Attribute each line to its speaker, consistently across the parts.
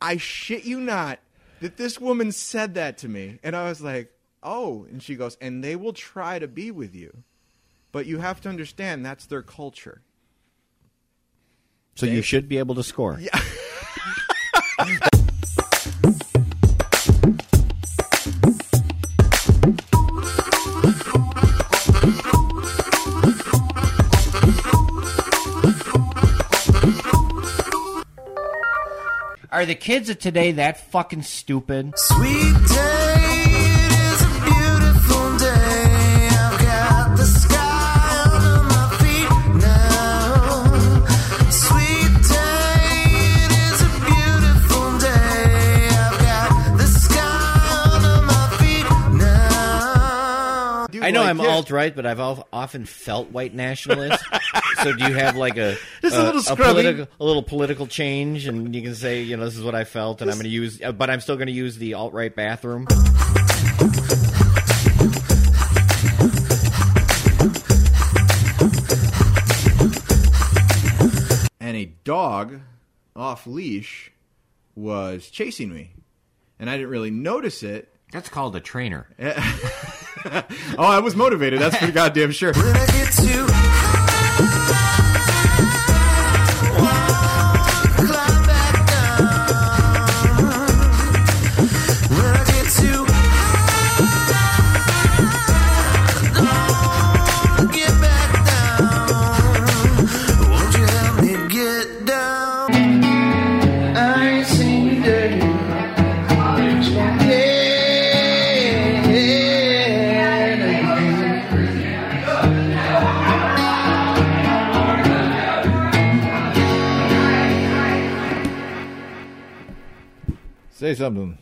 Speaker 1: I shit you not that this woman said that to me. And I was like, oh. And she goes, and they will try to be with you. But you have to understand that's their culture.
Speaker 2: So you should be able to score.
Speaker 3: Are the kids of today that fucking stupid?
Speaker 4: Sweet day, it is a beautiful day. I've got the sky under my feet now. Sweet day, it is a beautiful day. I've got the sky under my feet now.
Speaker 1: Dude,
Speaker 2: I know
Speaker 1: like,
Speaker 2: I'm
Speaker 1: yeah.
Speaker 2: alt right, but I've al- often felt white nationalist. so do you have like a
Speaker 1: Just a little scrubbing.
Speaker 2: political, a little political change, and you can say you know this is what I felt, and I'm going to use, uh, but I'm still going to use the alt right bathroom.
Speaker 1: and a dog off leash was chasing me. And I didn't really notice it.
Speaker 3: That's called a trainer.
Speaker 1: Oh, I was motivated. That's for goddamn sure.
Speaker 4: When I get too high, I'll climb back down. When I get too high, don't get back down. Won't you help me get down? I ain't seen you dirty. Yeah, yeah.
Speaker 1: Say something.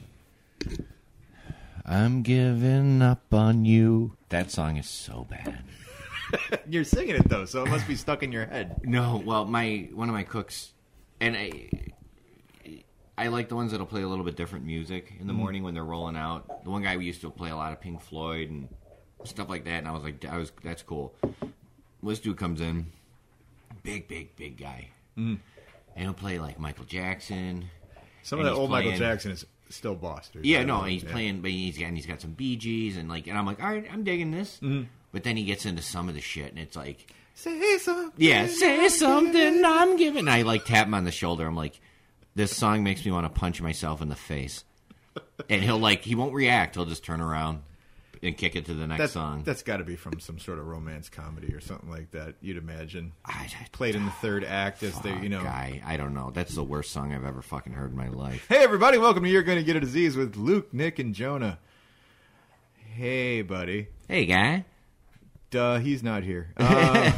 Speaker 3: I'm giving up on you. That song is so bad.
Speaker 1: You're singing it though, so it must be stuck in your head.
Speaker 3: No, well, my one of my cooks, and I, I like the ones that'll play a little bit different music in the morning when they're rolling out. The one guy we used to play a lot of Pink Floyd and stuff like that, and I was like, I was that's cool. This dude comes in, big, big, big guy, and he'll play like Michael Jackson.
Speaker 1: Some
Speaker 3: And
Speaker 1: of that
Speaker 3: he's
Speaker 1: old Michael
Speaker 3: playing-
Speaker 1: Jackson is still boss, dude.
Speaker 3: Yeah, no, and he's
Speaker 1: Yeah.
Speaker 3: playing, but he's got, and he's got some Bee Gees and like, and I'm like, all right, I'm digging this. Mm. But then he gets into some of the shit, and it's like,
Speaker 1: Say something.
Speaker 3: yeah, say something I'm giving. And I like tap him on the shoulder. I'm like, this song makes me want to punch myself in the face. And he'll like, he won't react. He'll just turn around and kick it to the next
Speaker 1: That's,
Speaker 3: song.
Speaker 1: that's got to be from some sort of romance comedy or something like that. You'd imagine
Speaker 3: I- I-
Speaker 1: played in the third act as they, you know.
Speaker 3: guy, I don't know. That's the worst song I've ever fucking heard in my life.
Speaker 1: Hey everybody, welcome to You're Gonna Get a Disease with Luke, Nick, and Jonah. Hey buddy,
Speaker 3: Hey, guy,
Speaker 1: duh, he's not here. Uh,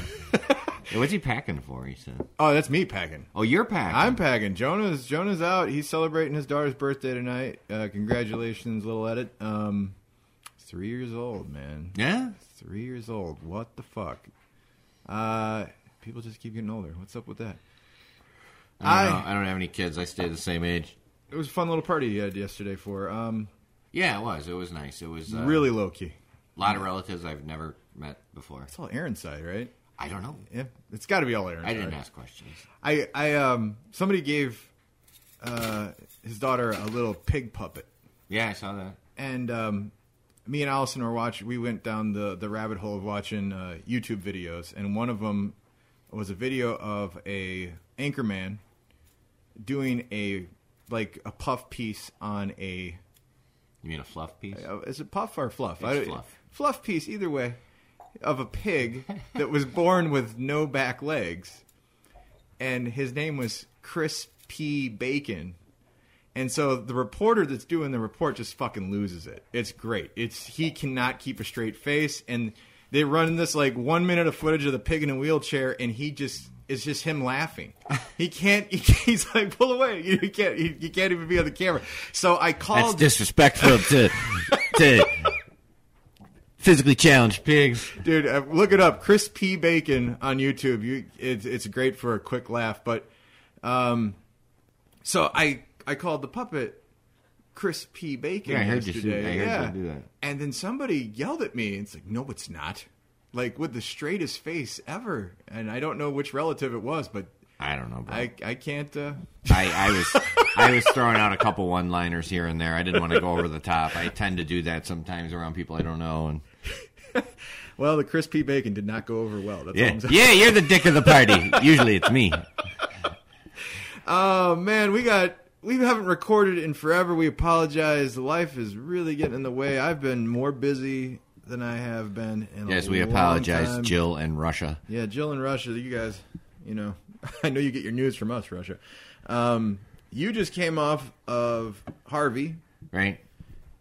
Speaker 3: Hey, what's he packing for? He said,
Speaker 1: oh, that's me packing.
Speaker 3: "Oh, you're packing."
Speaker 1: I'm packing. Jonah's Jonah's out. He's celebrating his daughter's birthday tonight. Uh, congratulations, little edit. Um, three years old, man.
Speaker 3: yeah.
Speaker 1: Three years old. What the fuck? Uh, people just keep getting older. What's up with that?
Speaker 3: I don't,
Speaker 1: I-
Speaker 3: know. I don't have any kids. I stay the same age.
Speaker 1: It was a fun little party you had yesterday for. her. Um,
Speaker 3: Yeah, it was. It was nice. It was uh,
Speaker 1: really low key.
Speaker 3: a lot of relatives I've never met before.
Speaker 1: It's all Aaron's side, right?
Speaker 3: I don't know.
Speaker 1: Yeah, it's got to be all Aaron's.
Speaker 3: I didn't
Speaker 1: side.
Speaker 3: ask questions.
Speaker 1: I, I, um, somebody gave uh, his daughter a little pig puppet.
Speaker 3: Yeah, I saw that.
Speaker 1: and um, me and Allison were watching. We went down the the rabbit hole of watching uh, YouTube videos, and one of them was a video of a anchorman doing a like a puff piece on a
Speaker 3: You mean a fluff piece?
Speaker 1: uh, is it puff or fluff?
Speaker 3: It's fluff.
Speaker 1: Fluff piece, either way, of a pig that was born with no back legs, and his name was Chris P. Bacon. And so the reporter that's doing the report just fucking loses it. It's great. It's he cannot keep a straight face, and they run this like one minute of footage of the pig in a wheelchair, and he just it's just him laughing. He can't. He, he's like, pull away. You can't. You, you can't even be on the camera. So I
Speaker 3: That's
Speaker 1: called.
Speaker 3: disrespectful to to physically challenged pigs.
Speaker 1: dude uh, look it up chris p bacon on youtube you it's, it's great for a quick laugh but um so i i called the puppet chris p bacon
Speaker 3: Yeah, I heard you do-
Speaker 1: yesterday
Speaker 3: I heard you
Speaker 1: yeah
Speaker 3: do that.
Speaker 1: and then somebody yelled at me and it's like no it's not like with the straightest face ever and i don't know which relative it was but
Speaker 3: I don't know, bro.
Speaker 1: I I can't. Uh,
Speaker 3: I, I was I was throwing out a couple one liners here and there. I didn't want to go over the top. I tend to do that sometimes around people I don't know. And
Speaker 1: well, the crispy bacon did not go over well. That's all
Speaker 3: yeah,
Speaker 1: I'm saying.
Speaker 3: yeah, you're the dick of the party. Usually it's me.
Speaker 1: Oh man, we got we haven't recorded in forever. We apologize. Life is really getting in the way. I've been more busy than I have been. In a
Speaker 3: Yes, we
Speaker 1: long
Speaker 3: apologize,
Speaker 1: time.
Speaker 3: Jill and Russia.
Speaker 1: Yeah, Jill and Russia. You guys, you know, I know you get your news from us, Russia. Um, you just came off of Harvey,
Speaker 3: Right?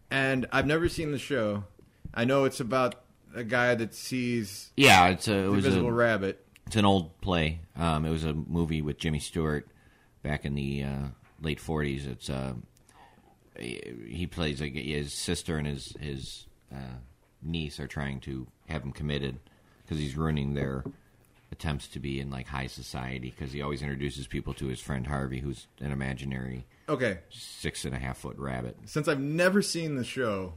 Speaker 1: and I've never seen the show. I know it's about a guy that sees
Speaker 3: Yeah, it's a it
Speaker 1: the
Speaker 3: was
Speaker 1: invisible
Speaker 3: a,
Speaker 1: rabbit.
Speaker 3: it's an old play. Um, it was a movie with Jimmy Stewart back in the uh, late '40s. It's uh, he plays like his sister and his his uh, niece are trying to have him committed because he's ruining their attempts to be in like high society because he always introduces people to his friend Harvey, who's an imaginary
Speaker 1: Okay,
Speaker 3: six and a half foot rabbit.
Speaker 1: since I've never seen the show,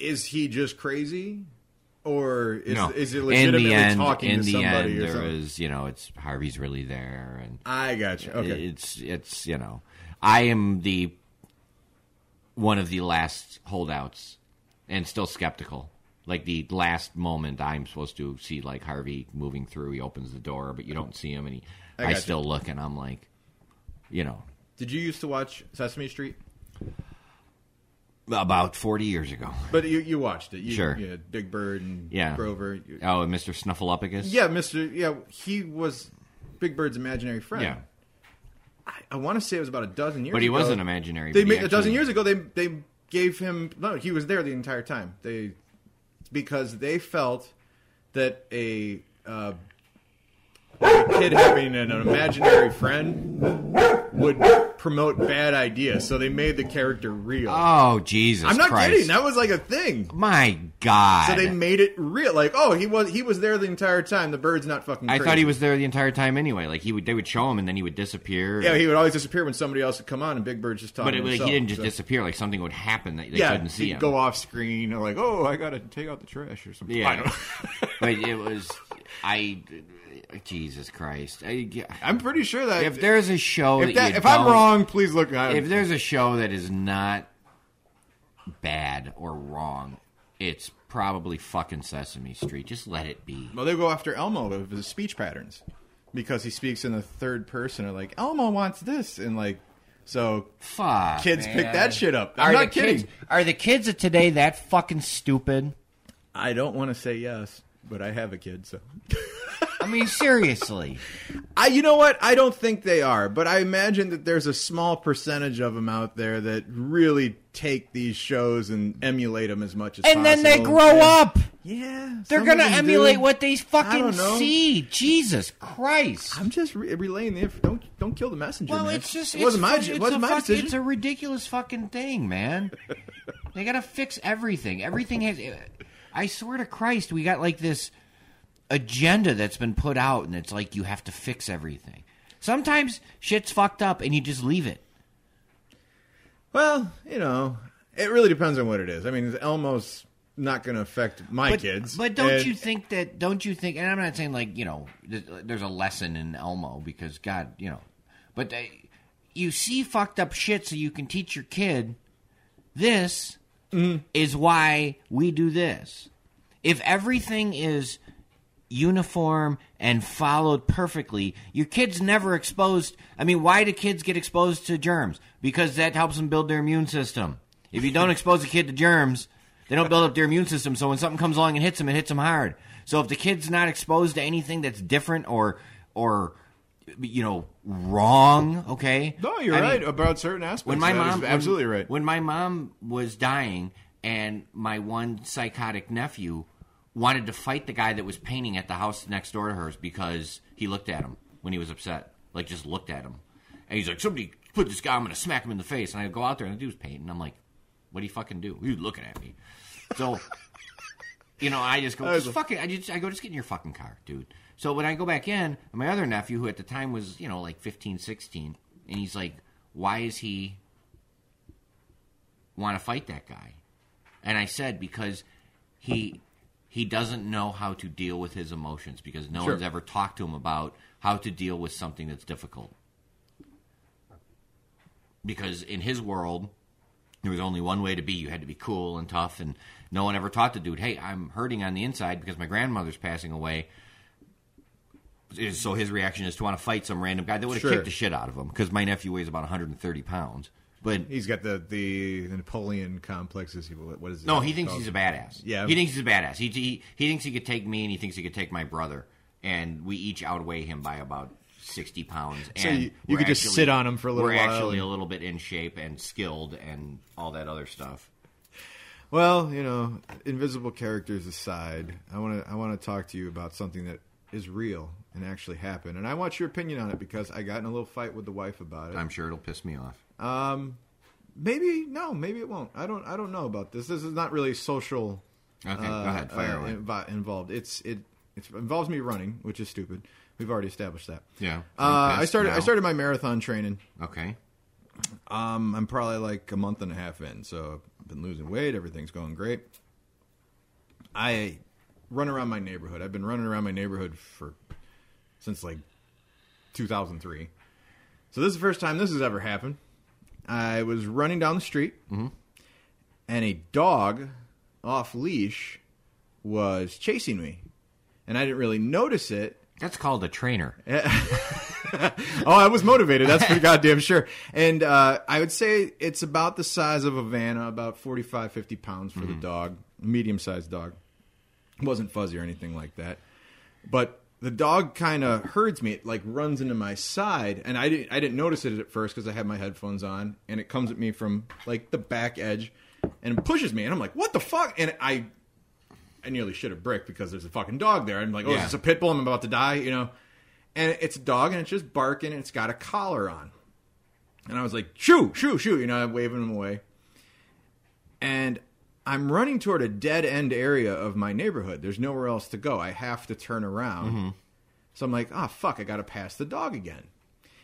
Speaker 1: is he just crazy, or is
Speaker 3: no,
Speaker 1: is it
Speaker 3: in
Speaker 1: legitimately
Speaker 3: the end,
Speaker 1: talking
Speaker 3: in
Speaker 1: to
Speaker 3: the
Speaker 1: somebody
Speaker 3: end,
Speaker 1: or
Speaker 3: there
Speaker 1: something?
Speaker 3: was you know, it's Harvey's really there and.
Speaker 1: I got you. Okay,
Speaker 3: It's it's you know, I am the one of the last holdouts, and still skeptical. Like the last moment, I'm supposed to see like Harvey moving through. He opens the door, but you don't see him, and he,
Speaker 1: I
Speaker 3: I,
Speaker 1: gotcha.
Speaker 3: still look, and I'm like, you know,
Speaker 1: did you used to watch Sesame Street?
Speaker 3: about 40 years ago.
Speaker 1: But you you watched it. You,
Speaker 3: Sure.
Speaker 1: Yeah, Big Bird and
Speaker 3: Yeah.
Speaker 1: Grover. You-
Speaker 3: Oh, and Mr. Snuffleupagus.
Speaker 1: Yeah, Mister. Yeah, he was Big Bird's imaginary friend.
Speaker 3: yeah,
Speaker 1: I, I want to say it was about a dozen years.
Speaker 3: but he
Speaker 1: ago.
Speaker 3: was an imaginary.
Speaker 1: They
Speaker 3: but he
Speaker 1: made a dozen
Speaker 3: actually-
Speaker 1: years ago. They they gave him no. He was there the entire time. They because they felt that a, uh, a kid having an, imaginary friend would promote bad ideas. So they made the character real.
Speaker 3: Oh Jesus!
Speaker 1: I'm not
Speaker 3: Christ.
Speaker 1: kidding. That was like a thing.
Speaker 3: My God!
Speaker 1: So they made it real. Like oh he was he was there the entire time. The bird's not fucking.
Speaker 3: I
Speaker 1: crazy.
Speaker 3: thought he was there the entire time anyway. Like he would, they would show him, and then he would disappear.
Speaker 1: Yeah, he would always disappear when somebody else would come on, and Big Bird's just talking.
Speaker 3: but it,
Speaker 1: to
Speaker 3: like,
Speaker 1: himself,
Speaker 3: he didn't just
Speaker 1: so-
Speaker 3: disappear. Like something would happen that they
Speaker 1: yeah,
Speaker 3: couldn't see
Speaker 1: he'd
Speaker 3: him.
Speaker 1: go off screen or like, oh, I gotta take out the trash or something.
Speaker 3: Yeah,
Speaker 1: I don't know.
Speaker 3: but it was I. Jesus Christ! I,
Speaker 1: I'm pretty sure that
Speaker 3: if there's a show,
Speaker 1: if,
Speaker 3: that
Speaker 1: that,
Speaker 3: you
Speaker 1: if I'm
Speaker 3: don't-
Speaker 1: wrong, please look. I,
Speaker 3: if there's a show that is not bad or wrong, it's probably fucking Sesame Street. Just let it be.
Speaker 1: well, they go after Elmo with his speech patterns because he speaks in the third person. Or like, Elmo wants this, and like, so
Speaker 3: Fuck.
Speaker 1: kids
Speaker 3: man.
Speaker 1: pick that shit up. I'm
Speaker 3: Are
Speaker 1: not
Speaker 3: the
Speaker 1: kidding.
Speaker 3: Kids, are the kids of today that fucking stupid?
Speaker 1: I don't want to say yes, but I have a kid, so
Speaker 3: I mean, seriously.
Speaker 1: I, you know what? I don't think they are, but I imagine that there's a small percentage of them out there that really take these shows and emulate them as much as
Speaker 5: And then they
Speaker 1: possible.
Speaker 5: grow
Speaker 1: And-
Speaker 5: up.
Speaker 1: Yeah,
Speaker 5: They're
Speaker 1: some
Speaker 5: gonna
Speaker 1: of them do.
Speaker 5: emulate what they
Speaker 1: I
Speaker 5: fucking
Speaker 1: don't know.
Speaker 5: see. Jesus Christ.
Speaker 1: I'm just re- relaying the inf- don't don't kill the messenger.
Speaker 3: Well,
Speaker 1: man.
Speaker 3: it's just
Speaker 1: it wasn't my
Speaker 3: it's,
Speaker 1: it
Speaker 3: it's
Speaker 1: wasn't
Speaker 3: a
Speaker 1: my
Speaker 3: fuck-
Speaker 1: decision.
Speaker 3: It's a ridiculous fucking thing, man. they gotta fix everything. Everything has. I swear to Christ, we got like this agenda that's been put out, and it's like you have to fix everything. Sometimes shit's fucked up, and you just leave it.
Speaker 1: well, you know, it really depends on what it is. I mean, Elmo's not going to affect my
Speaker 3: But,
Speaker 1: kids.
Speaker 3: but don't
Speaker 1: and-
Speaker 3: you think that? Don't you think? And I'm not saying like you know, th- there's a lesson in Elmo because God, you know, but they, you see fucked up shit so you can teach your kid. This
Speaker 1: Mm.
Speaker 3: is why we do this. If everything is uniform and followed perfectly, your kids never exposed. I mean, why do kids get exposed to germs? Because that helps them build their immune system. If you don't expose a kid to germs, they don't build up their immune system. So when something comes along and hits them, it hits them hard. So if the kid's not exposed to anything that's different or or you know wrong, okay?
Speaker 1: No, you're
Speaker 3: I mean,
Speaker 1: right about certain aspects.
Speaker 3: when my
Speaker 1: of that.
Speaker 3: mom
Speaker 1: It's absolutely
Speaker 3: when-
Speaker 1: right.
Speaker 3: When my mom was dying, and my one psychotic nephew wanted to fight the guy that was painting at the house next door to hers because he looked at him when he was upset, like just looked at him, and he's like, "Somebody put this guy. I'm gonna smack him in the face." And I go out there and the dude's painting. I'm like, "What do you fucking do? He was looking at me." So. You know, I just go, just fucking, I just, I go, just get in your fucking car, dude. So when I go back in, my other nephew, who at the time was, you know, like 15, 16, and he's like, why is he want to fight that guy? And I said, because he he doesn't know how to deal with his emotions because no
Speaker 1: Sure.
Speaker 3: one's ever talked to him about how to deal with something that's difficult. Because in his world, there was only one way to be. You had to be cool and tough, and no one ever taught the dude, "Hey, I'm hurting on the inside because my grandmother's passing away." Is- So his reaction is to want to fight some random guy that would have
Speaker 1: Sure.
Speaker 3: kicked the shit out of him because my nephew weighs about 130 pounds. But
Speaker 1: He's got the the Napoleon complexes. He- What what is it?
Speaker 3: no, he thinks he's a badass.
Speaker 1: Yeah.
Speaker 3: he thinks he's a badass. He, he he thinks he could take me, and he thinks he could take my brother, and we each outweigh him by about 60 pounds. And
Speaker 1: So you- you
Speaker 3: we're
Speaker 1: could just sit on him for a little
Speaker 3: We're
Speaker 1: while
Speaker 3: actually
Speaker 1: and-
Speaker 3: a little bit in shape and skilled and all that other stuff.
Speaker 1: Well, you know, invisible characters aside, I want to I want to talk to you about something that is real and actually happened, and I want your opinion on it because I got in a little fight with the wife about it.
Speaker 3: I'm sure it'll piss me off.
Speaker 1: maybe no, maybe it won't. I don't I don't know about this. This is not really social.
Speaker 3: Okay,
Speaker 1: uh,
Speaker 3: go ahead, fire
Speaker 1: uh,
Speaker 3: away.
Speaker 1: invo- involved. It's it it involves me running, which is stupid. We've already established that.
Speaker 3: Yeah.
Speaker 1: Uh, I
Speaker 3: Pissed
Speaker 1: started I
Speaker 3: now.
Speaker 1: started my marathon training.
Speaker 3: Okay.
Speaker 1: Um, I'm probably like a month and a half in, so I've been losing weight. Everything's going great. I run around my neighborhood. I've been running around my neighborhood for since like 2003. So this is the first time this has ever happened. I was running down the street, and a dog off leash was chasing me, and I didn't really notice it
Speaker 3: That's called a trainer.
Speaker 1: oh, I was motivated. That's for goddamn sure. And uh, I would say it's about the size of a Vanna, about 45, 50 pounds for the dog, medium sized dog. It wasn't fuzzy or anything like that. But the dog kind of herds me. It like runs into my side, and I didn't. I didn't notice it at first because I had my headphones on, and it comes at me from like the back edge, and pushes me. And I'm like, "What the fuck?" And I, I nearly shit a brick because there's a fucking dog there. I'm like, "Oh,
Speaker 3: Yeah.
Speaker 1: is this a pit bull? I'm about to die," you know. And it's a dog, and it's just barking, and it's got a collar on. And I was like, "Shoo, shoo, shoo!" You know, I'm waving him away and I'm running toward a dead end area of my neighborhood. There's nowhere else to go. I have to turn around.
Speaker 3: Mm-hmm.
Speaker 1: So I'm like, oh, fuck, I got to pass the dog again.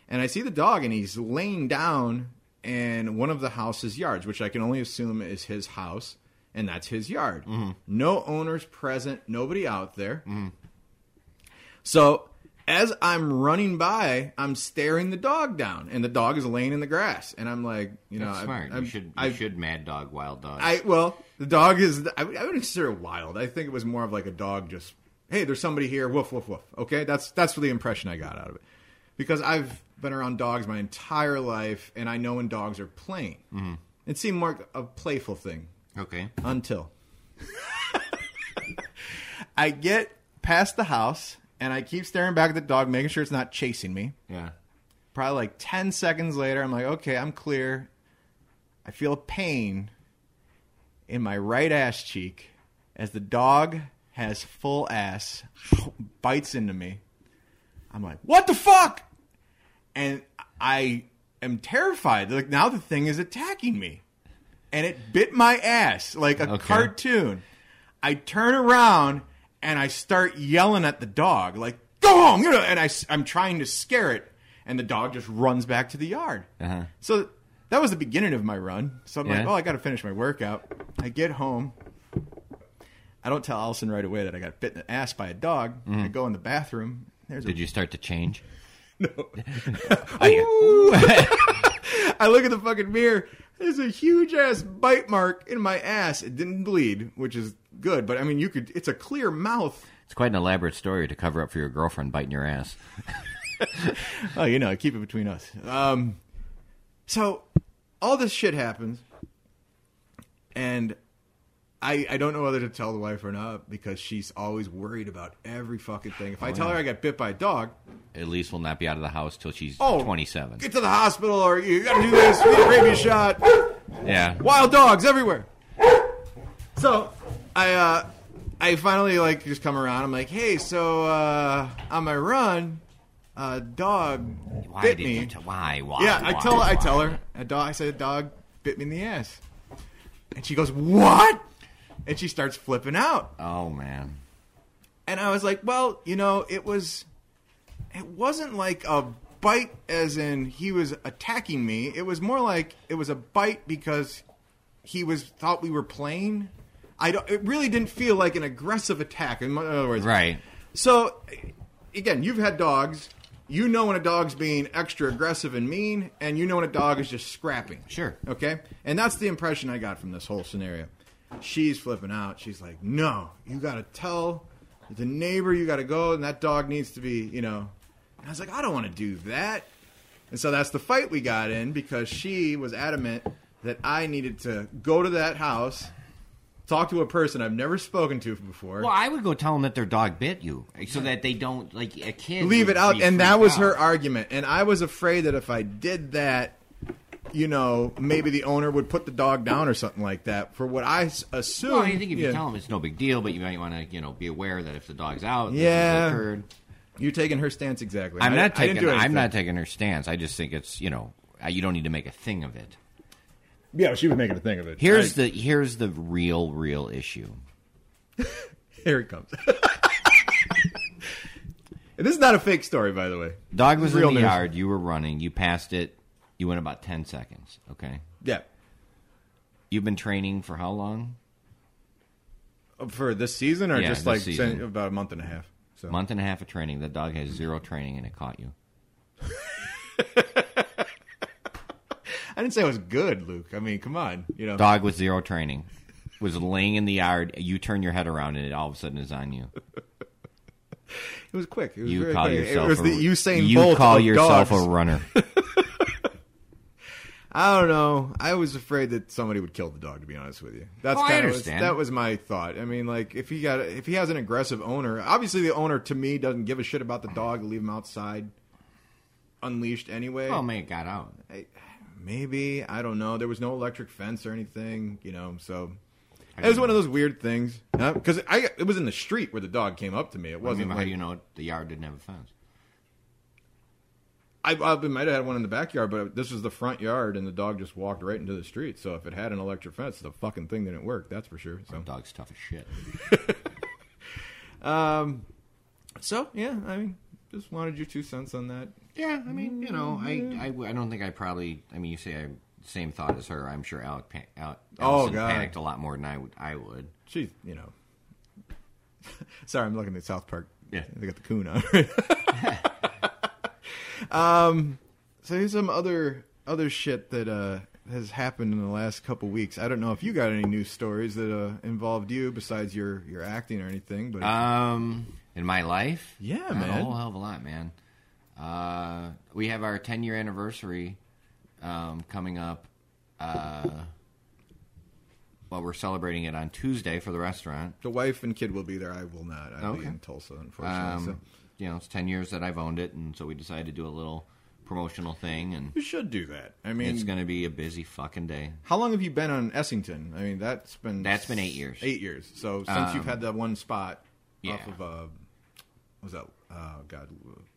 Speaker 1: And I see the dog, and he's laying down in one of the house's yards, which I can only assume is his house, and that's his yard.
Speaker 3: Mm-hmm.
Speaker 1: No owners present, nobody out there. So as I'm running by, I'm staring the dog down, and the dog is laying in the grass. And I'm like, you know,
Speaker 3: That's
Speaker 1: I-
Speaker 3: smart.
Speaker 1: I'm-
Speaker 3: you should you
Speaker 1: I-
Speaker 3: should mad dog wild dog.
Speaker 1: I well, the dog is. I, I wouldn't consider it wild. I think it was more of like a dog just. Hey, there's somebody here. Woof woof woof. Okay, that's that's the impression I got out of it, because I've been around dogs my entire life, and I know when dogs are playing. Mm-hmm. It seemed more a playful thing
Speaker 3: okay.
Speaker 1: until I get past the house, and I keep staring back at the dog, making sure it's not chasing me
Speaker 3: Yeah.
Speaker 1: probably like 10 seconds later i'm like okay i'm clear i feel a pain in my right ass cheek as the dog has full ass bites into me i'm like what the fuck and i am terrified like now the thing is attacking me and it bit my ass like a
Speaker 3: Okay.
Speaker 1: cartoon i turn around and i start yelling at the dog like go home you know and I, am trying to scare it and the dog just runs back to the yard
Speaker 3: Uh-huh.
Speaker 1: so that was the beginning of my run. So I'm like,
Speaker 3: Yeah.
Speaker 1: oh, I got to finish my workout. I get home. I don't tell Allison right away that I got bit in the ass by a dog. I go in the bathroom. There's a
Speaker 3: Mm-hmm. Did you start to change?
Speaker 1: I look at the fucking mirror. There's a huge ass bite mark in my ass. It didn't bleed, which is good. But I mean, you could. It's a clear mouth.
Speaker 3: It's quite an elaborate story to cover up for your girlfriend biting your ass.
Speaker 1: Oh, you know, keep it between us. Um, so all this shit happens, and I I don't know whether to tell the wife or not because she's always worried about every fucking thing.
Speaker 3: Oh,
Speaker 1: If I tell her I got bit by a dog,
Speaker 3: At least will not be out of the house till she's
Speaker 1: oh,
Speaker 3: 27.
Speaker 1: get to the hospital or you got to do this, get a rabies shot.
Speaker 3: Yeah.
Speaker 1: Wild dogs everywhere. So I uh, I finally like just come around. I'm like, hey, so uh, on my run, a dog
Speaker 3: Why
Speaker 1: bit
Speaker 3: did
Speaker 1: me.
Speaker 3: you? T- why? Why?
Speaker 1: Yeah, I
Speaker 3: why,
Speaker 1: tell I
Speaker 3: why?
Speaker 1: tell her a dog. I said a dog bit me in the ass, and she goes what? And she starts flipping out.
Speaker 3: Oh man.
Speaker 1: And I was like, well, you know, it was, it wasn't like a bite as in he was attacking me. It was more like it was a bite because he was thought we were playing. I don't. It really didn't feel like an aggressive attack. In other words,
Speaker 3: Right.
Speaker 1: So, again, you've had dogs. You know when a dog's being extra aggressive and mean, and you know when a dog is just scrapping.
Speaker 3: Sure.
Speaker 1: Okay? And that's the impression I got from this whole scenario. She's flipping out. She's like, no, you got to tell the neighbor you got to go, and that dog needs to be, you know. And I was like, I don't want to do that. And so that's the fight we got in because she was adamant that I needed to go to that house, talk to a person I've never spoken to before.
Speaker 3: Well, I would go tell them that their dog bit you, so that they don't like a kid.
Speaker 1: leave
Speaker 3: would
Speaker 1: it out
Speaker 3: be
Speaker 1: and that
Speaker 3: freaked
Speaker 1: was
Speaker 3: out.
Speaker 1: her argument and i was afraid that if i did that you know maybe the owner would put the dog down or something like that for what i s- assumed
Speaker 3: Well, I think if you
Speaker 1: yeah,
Speaker 3: tell them it's no big deal, but you might want to, you know, be aware that if the dog's out,
Speaker 1: Yeah.
Speaker 3: this is occurred.
Speaker 1: you're taking her stance exactly
Speaker 3: I'm
Speaker 1: I-
Speaker 3: not
Speaker 1: I didn't
Speaker 3: taking.
Speaker 1: do
Speaker 3: I'm
Speaker 1: anything.
Speaker 3: not taking her stance. I just think it's, you know, uh, you don't need to make a thing of it.
Speaker 1: yeah she was making a thing of it
Speaker 3: Here's
Speaker 1: I-
Speaker 3: the here's the real real issue.
Speaker 1: here it comes and this is not a fake story by the way
Speaker 3: Dog was in
Speaker 1: Real
Speaker 3: the
Speaker 1: news.
Speaker 3: yard. You were running. You passed it. You went about ten seconds. Okay.
Speaker 1: yeah
Speaker 3: You've been training for how long?
Speaker 1: Uh, for this season or
Speaker 3: Yeah,
Speaker 1: just
Speaker 3: this
Speaker 1: like
Speaker 3: season.
Speaker 1: sen- about a month and a half so
Speaker 3: Month and a half of training. The dog has zero training, and it caught you.
Speaker 1: i didn't say it was good luke i mean come on you know
Speaker 3: Dog with zero training was laying in the yard. You turn your head around, and it all of a sudden is on you.
Speaker 1: it was quick it was
Speaker 3: You
Speaker 1: very
Speaker 3: call
Speaker 1: quick.
Speaker 3: yourself
Speaker 1: it was
Speaker 3: a,
Speaker 1: the usain
Speaker 3: you
Speaker 1: Bolt
Speaker 3: call
Speaker 1: of
Speaker 3: yourself
Speaker 1: dogs.
Speaker 3: a runner.
Speaker 1: I don't know. I was afraid that somebody would kill the dog. To be honest with you, that's
Speaker 3: Oh, I
Speaker 1: kind of
Speaker 3: understand.
Speaker 1: that was my thought. I mean, like if he got if he has an aggressive owner, obviously the owner to me doesn't give a shit about the dog. Leave him outside, unleashed anyway.
Speaker 3: oh man, it got out.
Speaker 1: Maybe I don't know. There was no electric fence or anything, you know. So it was one of those weird things because I it was in the street where the dog came up to me. It
Speaker 3: I mean,
Speaker 1: wasn't
Speaker 3: how
Speaker 1: like
Speaker 3: do you know the yard didn't have a fence?
Speaker 1: I, I might have had one in the backyard, but this was the front yard, and the dog just walked right into the street. So if it had an electric fence, the fucking thing didn't work. That's for sure. So.
Speaker 3: Dog's tough as shit.
Speaker 1: So yeah, I mean, just wanted your two cents on that.
Speaker 3: Yeah, I mean, you know,
Speaker 1: Mm-hmm.
Speaker 3: I, I, I don't think I probably. I mean, you say I same thought as her. I'm sure Alec, pan, Alec
Speaker 1: Oh,
Speaker 3: Allison
Speaker 1: God.
Speaker 3: panicked a lot more than I would. I would.
Speaker 1: She's, you know. Sorry, I'm looking at South Park.
Speaker 3: Yeah.
Speaker 1: they got the coon on. um, so here's some other other shit that uh has happened in the last couple weeks. I don't know if you got any news stories that uh involved you besides your your acting or anything, but
Speaker 3: Um, in my life,
Speaker 1: Yeah,
Speaker 3: Not
Speaker 1: man.
Speaker 3: a whole hell of a lot, man. Uh, we have our 10 year anniversary um, coming up. Uh, well, we're celebrating it on Tuesday for the restaurant.
Speaker 1: the wife and kid will be there. I will not. I'll be
Speaker 3: Okay.
Speaker 1: in Tulsa, unfortunately.
Speaker 3: Um,
Speaker 1: so.
Speaker 3: You know, it's 10 years that I've owned it, and so we decided to do a little promotional thing, and
Speaker 1: You should do that. I mean,
Speaker 3: it's going to be a busy fucking day.
Speaker 1: How long have you been on Essington? I mean, that's been
Speaker 3: That's been eight years. Um,
Speaker 1: Eight years. So since you've had that one spot off
Speaker 3: yeah.
Speaker 1: of uh, what was that? Oh God,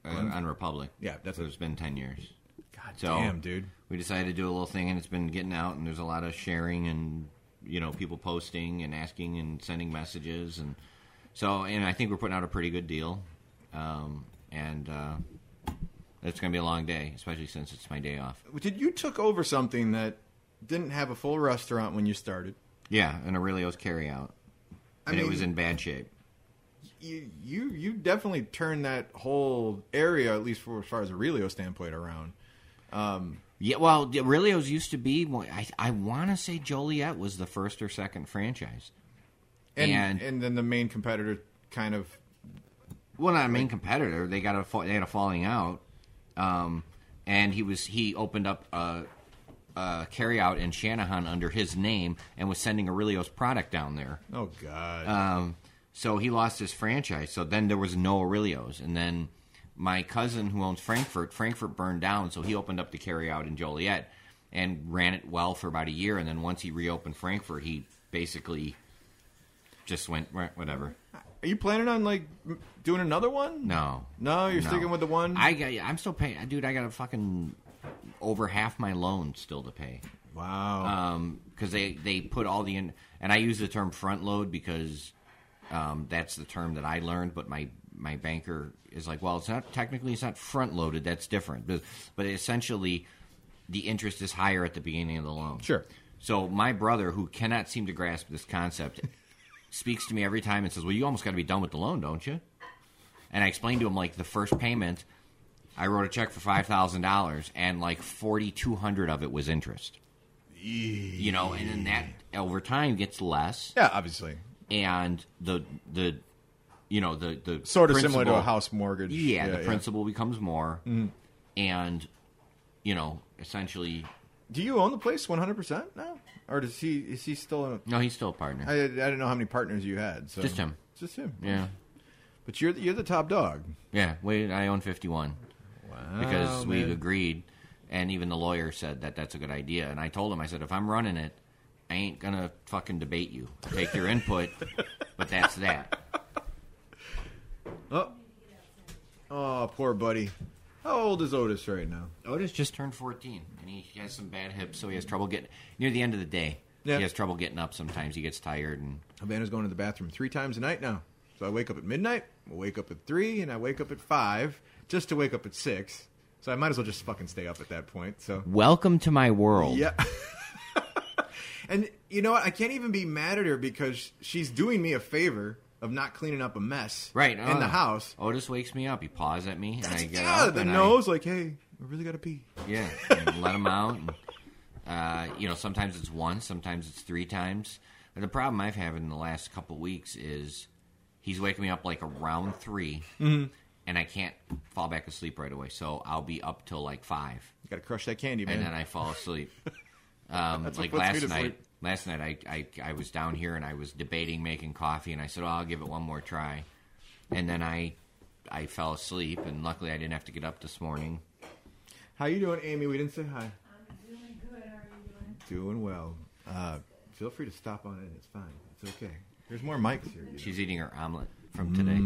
Speaker 3: uh, on Republic.
Speaker 1: Yeah, that's
Speaker 3: so
Speaker 1: it.
Speaker 3: it's been ten years.
Speaker 1: God
Speaker 3: So
Speaker 1: damn, dude.
Speaker 3: we decided to do a little thing, and it's been getting out, and there's a lot of sharing, and you know, people posting and asking and sending messages, and so, and I think we're putting out a pretty good deal, um, and uh, it's going to be a long day, especially since it's my day off.
Speaker 1: Did you took over something that didn't have a full restaurant when you started?
Speaker 3: Yeah, and Aurelio's carryout,
Speaker 1: I
Speaker 3: and
Speaker 1: mean,
Speaker 3: it was in bad shape.
Speaker 1: you, you you definitely turned that whole area, at least for as far as Aurelio standpoint, around.
Speaker 3: Yeah, well, Aurelio's used to be. I I want to say Joliet was the first or second franchise.
Speaker 1: And and,
Speaker 3: And-
Speaker 1: then the main competitor kind of
Speaker 3: well, not a main competitor. They got a fa- they had a falling out, um, and he was he opened up a, a carryout in Shanahan under his name and was sending Aurelio's product down there.
Speaker 1: oh god.
Speaker 3: Um, so he lost his franchise. So then there was no Aurelio's, and then my cousin who owns Frankfurt, Frankfurt burned down, so he opened up the carryout in Joliet and ran it well for about a year, and then once he reopened Frankfurt, he basically just went "Wha- whatever.
Speaker 1: Are you planning on like m- doing another one?
Speaker 3: No,
Speaker 1: No, you're sticking with the one?
Speaker 3: I got. I'm still paying, dude. I got a fucking over half my loan still to pay
Speaker 1: Wow.
Speaker 3: Uh, because they they put all the in, and I use the term front load because um, that's the term that I learned. But my my banker is like, well, it's not technically it's not front loaded. That's different, but but essentially the interest is higher at the beginning of the loan.
Speaker 1: Sure.
Speaker 3: So my brother, who cannot seem to grasp this concept, speaks to me every time and says, "Well, you almost got to be done with the loan, don't you?" And I explained to him like the first payment, I wrote a check for five thousand dollars, and like forty two hundred of it was interest. You know, and then that over time gets less,
Speaker 1: Yeah, obviously.
Speaker 3: and the the you know the the
Speaker 1: Sort of similar to a
Speaker 3: principal-
Speaker 1: house mortgage.
Speaker 3: yeah, the principal becomes more,
Speaker 1: Mm-hmm.
Speaker 3: and you know, essentially,
Speaker 1: Do you own the place 100% now? Or does he is he still in a,
Speaker 3: no, he's still a partner.
Speaker 1: I, I don't know how many partners you had. So.
Speaker 3: Just him.
Speaker 1: Just him.
Speaker 3: yeah,
Speaker 1: But you're the, you're the top dog.
Speaker 3: yeah. Wait, I own fifty-one because we agreed, and even the lawyer said that that's a good idea. And I told him, I said, if I'm running it, I ain't gonna fucking debate you. I take your input, but that's that.
Speaker 1: Oh. oh, poor buddy. How old is Otis right now?
Speaker 3: Otis just turned fourteen, and he has some bad hips, so he has trouble getting near the end of the day.
Speaker 1: Yeah.
Speaker 3: He has trouble getting up. Sometimes he gets tired, and
Speaker 1: Havana's going to the bathroom three times a night now. So I wake up at midnight, I wake up at three, and I wake up at five just to wake up at six. So I might as well just fucking stay up at that point. So
Speaker 3: welcome to my world.
Speaker 1: yeah. and you know what? I can't even be mad at her because she's doing me a favor of not cleaning up a mess
Speaker 3: Right
Speaker 1: in
Speaker 3: uh,
Speaker 1: the house.
Speaker 3: Otis wakes me up. He paws at me, and I get
Speaker 1: yeah,
Speaker 3: up
Speaker 1: the
Speaker 3: and I-
Speaker 1: nose, like, hey, we really gotta pee.
Speaker 3: yeah, and let him out. And, uh, you know, sometimes it's once, sometimes it's three times. But the problem I've had in the last couple weeks is he's waking me up like around 3 and I can't fall back asleep right away. So I'll be up till like five,
Speaker 1: You gotta crush that candy, man.
Speaker 3: and then I fall asleep. Um, like
Speaker 1: puts me
Speaker 3: last
Speaker 1: to
Speaker 3: night,
Speaker 1: sleep.
Speaker 3: last night I, I I was down here and I was debating making coffee, and I said, "Oh, I'll give it one more try," and then I I fell asleep, and luckily I didn't have to get up this morning.
Speaker 1: How you doing, Amy? We didn't say hi.
Speaker 6: Doing good. How are you doing?
Speaker 1: Doing well. Uh, feel free to stop on in. It's fine. It's okay. There's more mics here. you know.
Speaker 3: She's eating her omelet from today.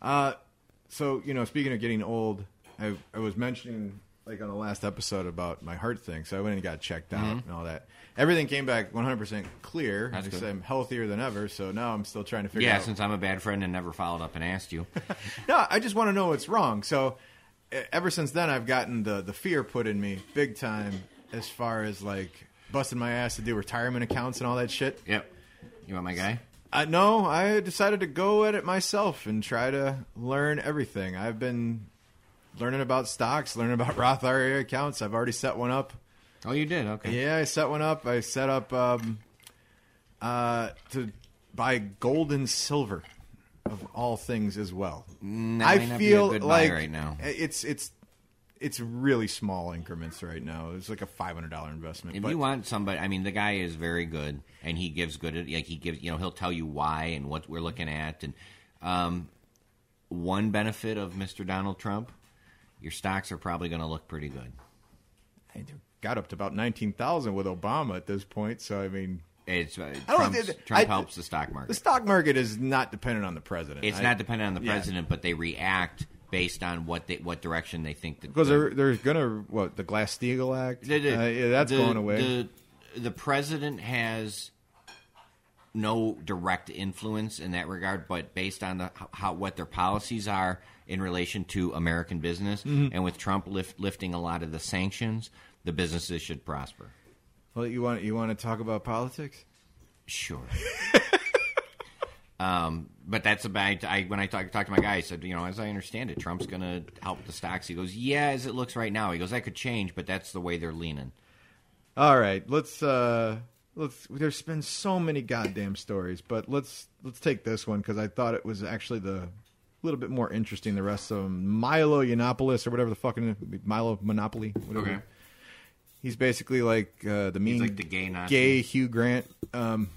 Speaker 1: So you know, speaking of getting old, I, I was mentioning like on the last episode about my heart thing. So I went and got checked out and all that. Everything came back 100 percent clear.
Speaker 3: Mm-hmm. That's
Speaker 1: I
Speaker 3: good.
Speaker 1: said I'm healthier than ever. So now I'm still trying to figure
Speaker 3: Yeah,
Speaker 1: out.
Speaker 3: since I'm a bad friend and never followed up and asked you.
Speaker 1: No, I just want to know what's wrong. So e- ever since then, I've gotten the the fear put in me big time as far as like busting my ass to do retirement accounts and all that shit.
Speaker 3: yep. You want my guy?
Speaker 1: Uh, no, I decided to go at it myself and try to learn everything. I've been learning about stocks, learning about Roth IRA accounts. I've already set one up.
Speaker 3: Oh, you did. Okay.
Speaker 1: Yeah, I set one up. I set up um, uh, to buy gold and silver of all things as well.
Speaker 3: That
Speaker 1: I
Speaker 3: may not be a
Speaker 1: feel
Speaker 3: good buy
Speaker 1: like
Speaker 3: right now.
Speaker 1: it's it's it's really small increments right now. It's like a five hundred dollar investment.
Speaker 3: If
Speaker 1: but
Speaker 3: you want somebody, I mean, the guy is very good, and he gives good. Like he gives, you know, he'll tell you why and what we're looking at. And um, one benefit of Mr. Donald Trump, your stocks are probably going to look pretty good.
Speaker 1: I got up to about nineteen thousand with Obama at this point. So I mean.
Speaker 3: It's uh,
Speaker 1: I don't-
Speaker 3: Trump's,
Speaker 1: I-
Speaker 3: Trump helps the stock market.
Speaker 1: The stock market is not dependent on the president.
Speaker 3: it's
Speaker 1: I-
Speaker 3: not dependent on the
Speaker 1: yeah.
Speaker 3: president, but they react based on what they what direction they think that
Speaker 1: because
Speaker 3: the-
Speaker 1: they're, they're gonna what the Glass Steagall Act.
Speaker 3: The- the-
Speaker 1: Uh, yeah, that's
Speaker 3: the-
Speaker 1: going away.
Speaker 3: The, the president has no direct influence in that regard, but based on the, how what their policies are in relation to American business,
Speaker 1: Mm-hmm.
Speaker 3: and with Trump lift, lifting a lot of the sanctions, the businesses should prosper.
Speaker 1: well, you want you want to talk about politics?
Speaker 3: Sure. Um, but that's about I when I talk, talked to my guy, I said, you know, as I understand it, Trump's going to help the stocks. He goes, yeah, as it looks right now. He goes, that could change, but that's the way they're leaning.
Speaker 1: All right, let's uh, let's. There's been so many goddamn stories, but let's let's take this one because I thought it was actually the little bit more interesting. The rest of them, Milo Yiannopoulos or whatever the fucking Milo Monopoly. Whatever.
Speaker 3: Okay.
Speaker 1: He's basically like uh, the mean
Speaker 3: like the gay Nazi.
Speaker 1: gay Hugh Grant. Um,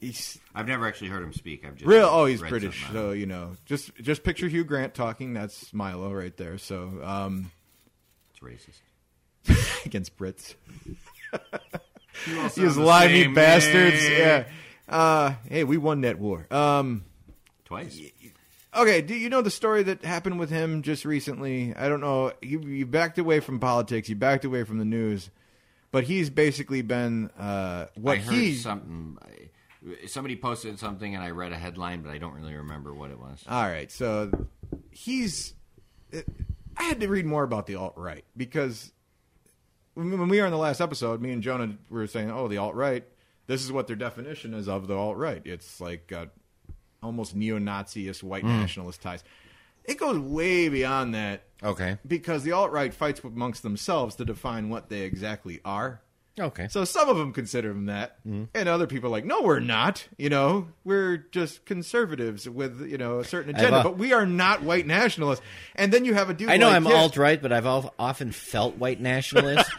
Speaker 1: he's
Speaker 3: I've never actually heard him speak. I've just
Speaker 1: Real? Oh, he's
Speaker 3: read
Speaker 1: British.
Speaker 3: something on it.
Speaker 1: So you know, just just picture Hugh Grant talking. That's Milo right there. So um,
Speaker 3: It's racist.
Speaker 1: against Brits, you slimy bastards. Yeah. Uh, hey, we won that war. Um,
Speaker 3: Twice.
Speaker 1: okay. Do you know the story that happened with him just recently? I don't know. You, you backed away from politics. You backed away from the news. But he's basically been uh, what
Speaker 3: I heard
Speaker 1: he.
Speaker 3: something. I- Somebody posted something, and I read a headline, but I don't really remember what it was.
Speaker 1: All right, so he's. I had to read more about the alt right because when when we were in the last episode, me and Jonah were saying, "Oh, the alt right." This is what their definition is of the alt right. It's like got almost neo-Naziist white nationalist ties. It goes way beyond that
Speaker 3: Okay.
Speaker 1: because the alt right fights amongst themselves to define what they exactly are.
Speaker 3: Okay.
Speaker 1: So some of them consider them that,
Speaker 3: Mm-hmm.
Speaker 1: and other people are like, no, we're not. You know, we're just conservatives with you know a certain
Speaker 3: I've,
Speaker 1: agenda,
Speaker 3: uh,
Speaker 1: but we are not white nationalists. And then you have a dude.
Speaker 3: I know
Speaker 1: like
Speaker 3: I'm
Speaker 1: him-
Speaker 3: alt right, but I've al- often felt white nationalist.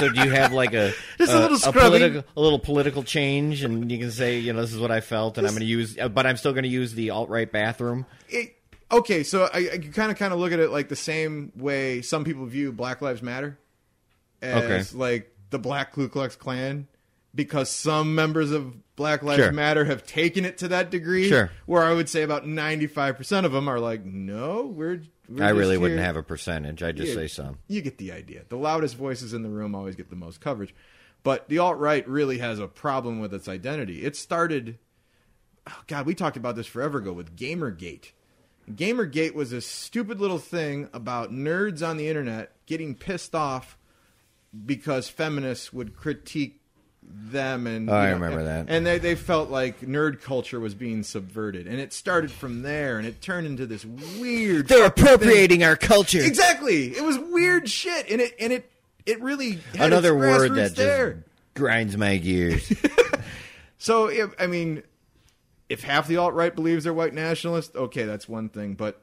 Speaker 3: so do you have like a
Speaker 1: Just a little scrubbing.
Speaker 3: political, a little political change, and you can say, you know, this is what I felt, and I'm going to use, uh, but I'm still going to use the alt right bathroom.
Speaker 1: It, okay, so I, I kind of kind of look at it like the same way some people view Black Lives Matter as
Speaker 3: Okay.
Speaker 1: like the Black Ku Klux Klan. Because some members of Black Lives
Speaker 3: Sure.
Speaker 1: Matter have taken it to that degree,
Speaker 3: Sure.
Speaker 1: where I would say about ninety-five percent of them are like, "No, we're." we're
Speaker 3: I really
Speaker 1: just
Speaker 3: wouldn't
Speaker 1: here."
Speaker 3: have a percentage. I just
Speaker 1: Yeah,
Speaker 3: say some.
Speaker 1: You get the idea. The loudest voices in the room always get the most coverage. But the alt right really has a problem with its identity. It started, oh God, we talked about this forever ago with Gamergate. Gamergate was this stupid little thing about nerds on the internet getting pissed off because feminists would critique them and
Speaker 3: Oh, I
Speaker 1: you
Speaker 3: remember
Speaker 1: and-
Speaker 3: that.
Speaker 1: and they, they felt like nerd culture was being subverted and it started from there and it turned into this weird
Speaker 3: They're
Speaker 1: fucking thing.
Speaker 3: appropriating our culture.
Speaker 1: Exactly. It was weird shit, and it and it it really had
Speaker 3: Another
Speaker 1: its
Speaker 3: word
Speaker 1: grassroots
Speaker 3: that
Speaker 1: there.
Speaker 3: just grinds my gears.
Speaker 1: So if, I mean, if half the alt right believes they're white nationalists, okay, that's one thing. But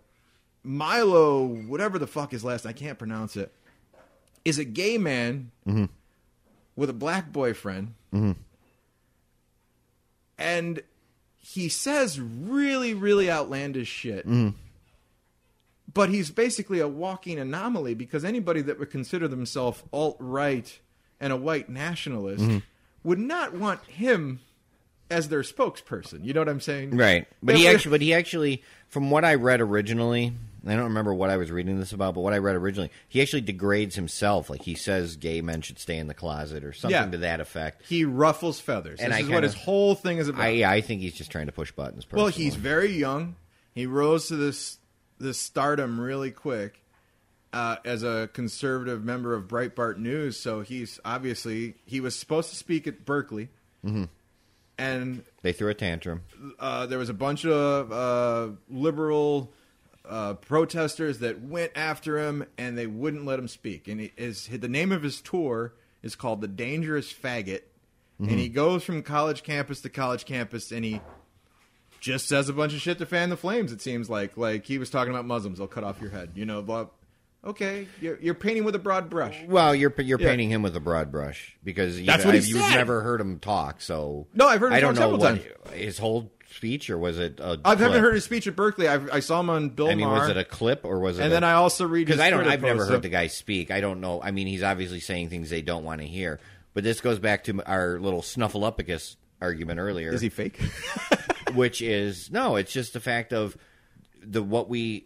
Speaker 1: Milo, whatever the fuck his last, I can't pronounce it, is a gay man
Speaker 3: Mm-hmm.
Speaker 1: with a black boyfriend, and he says really, really outlandish shit.
Speaker 3: Mm-hmm.
Speaker 1: But he's basically a walking anomaly because anybody that would consider themselves alt right and a white nationalist
Speaker 3: Mm-hmm.
Speaker 1: would not want him as their spokesperson. You know what I'm saying?
Speaker 3: Right. But he
Speaker 1: Yeah,
Speaker 3: actually, but he actually, from what I read originally, I don't remember what I was reading this about, but what I read originally, he actually degrades himself. Like he says, gay men should stay in the closet or something
Speaker 1: Yeah.
Speaker 3: to that effect.
Speaker 1: He ruffles feathers.
Speaker 3: And
Speaker 1: this
Speaker 3: I
Speaker 1: is what
Speaker 3: kinda-
Speaker 1: his whole thing is about.
Speaker 3: I yeah, I think he's just trying to push buttons. Personally.
Speaker 1: well, he's very young. He rose to this this stardom really quick uh, as a conservative member of Breitbart News. So he's obviously he was supposed to speak at Berkeley,
Speaker 3: Mm-hmm.
Speaker 1: and
Speaker 3: they threw a tantrum.
Speaker 1: uh, there was a bunch of uh, liberal uh, protesters that went after him, and they wouldn't let him speak. And he, his, the name of his tour is called "The Dangerous Faggot," and
Speaker 3: Mm-hmm.
Speaker 1: he goes from college campus to college campus, and he just says a bunch of shit to fan the flames. It seems like like he was talking about Muslims, they'll cut off your head, you know. Blah. Okay, you're, you're painting with a broad brush.
Speaker 3: Well, you're you're
Speaker 1: Yeah.
Speaker 3: painting him with a broad brush because you,
Speaker 1: That's what he
Speaker 3: I've- you've
Speaker 1: said.
Speaker 3: never heard him talk. So
Speaker 1: No, I've heard him
Speaker 3: I don't
Speaker 1: talk
Speaker 3: know
Speaker 1: several
Speaker 3: what his whole speech or was it. I
Speaker 1: I haven't heard his speech at Berkeley. I've, I saw him on Bill
Speaker 3: I mean,
Speaker 1: Maher,
Speaker 3: was it a clip or was it?
Speaker 1: and
Speaker 3: a-
Speaker 1: then I also read
Speaker 3: because
Speaker 1: his
Speaker 3: I don't.
Speaker 1: Twitter
Speaker 3: I've never
Speaker 1: posts,
Speaker 3: heard
Speaker 1: so-
Speaker 3: the guy speak. I don't know. I mean, he's obviously saying things they don't want to hear. But this goes back to our little snuffleupagus argument earlier,
Speaker 1: Is he fake?
Speaker 3: which is no. It's just the fact of the what we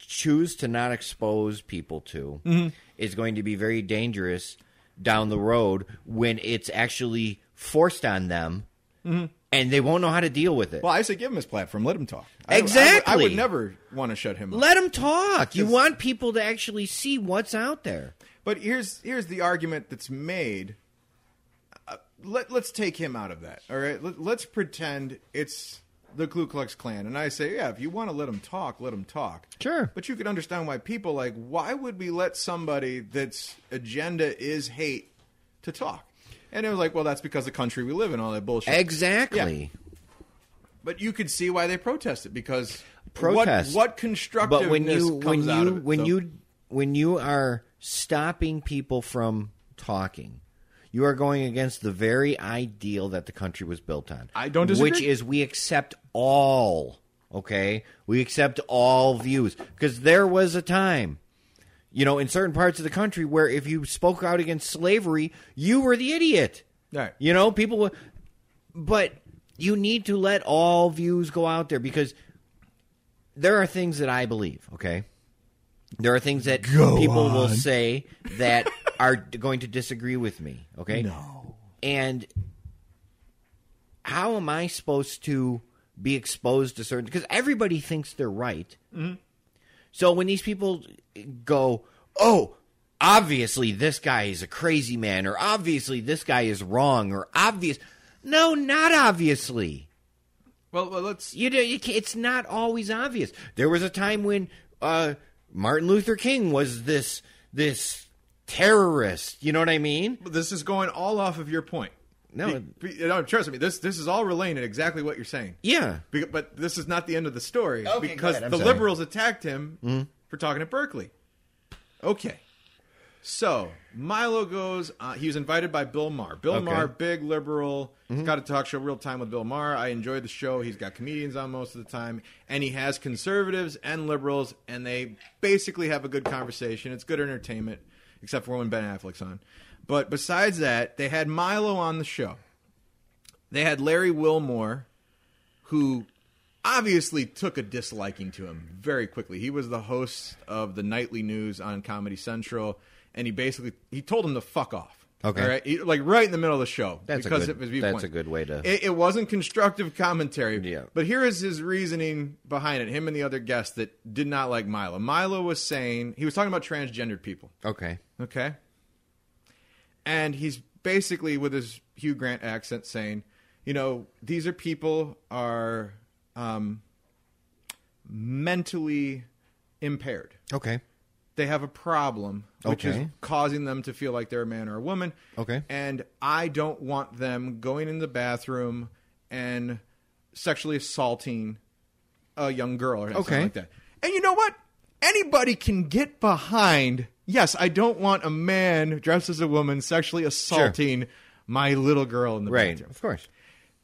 Speaker 3: choose to not expose people to
Speaker 1: Mm-hmm.
Speaker 3: is going to be very dangerous down the road when it's actually forced on them, and they won't know how to deal with it.
Speaker 1: Mm-hmm. Well, I say give him his platform. Let him talk. I- I would- I, would
Speaker 3: Exactly.
Speaker 1: never want to shut him up.
Speaker 3: Let them talk. You want people to actually see what's out there.
Speaker 1: But here's here's the argument that's made. Uh, let let's take him out of that. All right. Let, let's pretend it's the Ku Klux Klan, and I say, yeah, if you want to let him talk, let him talk.
Speaker 3: Sure.
Speaker 1: But you can understand why people like. Why would we let somebody that's agenda is hate to talk? And it was like, well, that's because the country we live in, all that bullshit.
Speaker 3: Exactly.
Speaker 1: But you could see why they protested because
Speaker 3: Protest.
Speaker 1: What, what constructiveness
Speaker 3: but when you when
Speaker 1: comes
Speaker 3: you
Speaker 1: out of it,
Speaker 3: when
Speaker 1: so-
Speaker 3: you when you are stopping people from talking you are going against the very ideal that the country was built on
Speaker 1: I don't disagree.
Speaker 3: which is we accept all okay we accept all views because there was a time you know in certain parts of the country where if you spoke out against slavery you were the idiot
Speaker 1: Right.
Speaker 3: you know people were but you need to let all views go out there because there are things that I believe, okay? There are things that people will say that are d- going to disagree with me, okay? No. And how am I supposed to be exposed to certain because everybody thinks they're right. So when these people go, "Oh, obviously this guy is a crazy man," or "Obviously this guy is wrong," or "Obvious," No, not obviously.
Speaker 1: Well, well let's.
Speaker 3: You know, you ca it's not always obvious. There was a time when uh, Martin Luther King was this this terrorist. You know what I mean?
Speaker 1: This is going all off of your point.
Speaker 3: No,
Speaker 1: Be- be- no, trust me. This this is all related exactly what you're saying.
Speaker 3: yeah,
Speaker 1: Be- but this is not the end of the story
Speaker 3: Okay, go
Speaker 1: because
Speaker 3: ahead, I'm
Speaker 1: the
Speaker 3: sorry.
Speaker 1: liberals attacked him for talking at Berkeley. Okay. So Milo goes. Uh, he was invited by Bill Maher. Bill
Speaker 3: Okay.
Speaker 1: Maher, big liberal, He's got a talk show, Real Time with Bill Maher. I enjoyed the show. He's got comedians on most of the time, and he has conservatives and liberals, and they basically have a good conversation. It's good entertainment, except for when Ben Affleck's on. But besides that, they had Milo on the show. They had Larry Wilmore, who obviously took a disliking to him very quickly. He was the host of the nightly news on Comedy Central, and he basically he told him to fuck off.
Speaker 3: Okay.
Speaker 1: all right, He- like right in the middle of the show.
Speaker 3: That's a
Speaker 1: because
Speaker 3: good-
Speaker 1: of his viewpoint.
Speaker 3: that's a good way to-
Speaker 1: It, it wasn't constructive commentary.
Speaker 3: Yeah.
Speaker 1: But here is his reasoning behind it. Him and the other guest that did not like Milo. Milo was saying he was talking about transgendered people.
Speaker 3: okay,
Speaker 1: Okay. And he's basically with his Hugh Grant accent saying, you know, these are people are um, mentally impaired.
Speaker 3: okay,
Speaker 1: They have a problem, which is
Speaker 3: Okay.
Speaker 1: causing them to feel like they're a man or a woman.
Speaker 3: Okay.
Speaker 1: And I don't want them going in the bathroom and sexually assaulting a young girl or something
Speaker 3: Okay.
Speaker 1: like that. And you know what? Anybody can get behind. Yes, I don't want a man dressed as a woman sexually assaulting my little girl in the
Speaker 3: right,
Speaker 1: bathroom.
Speaker 3: of course.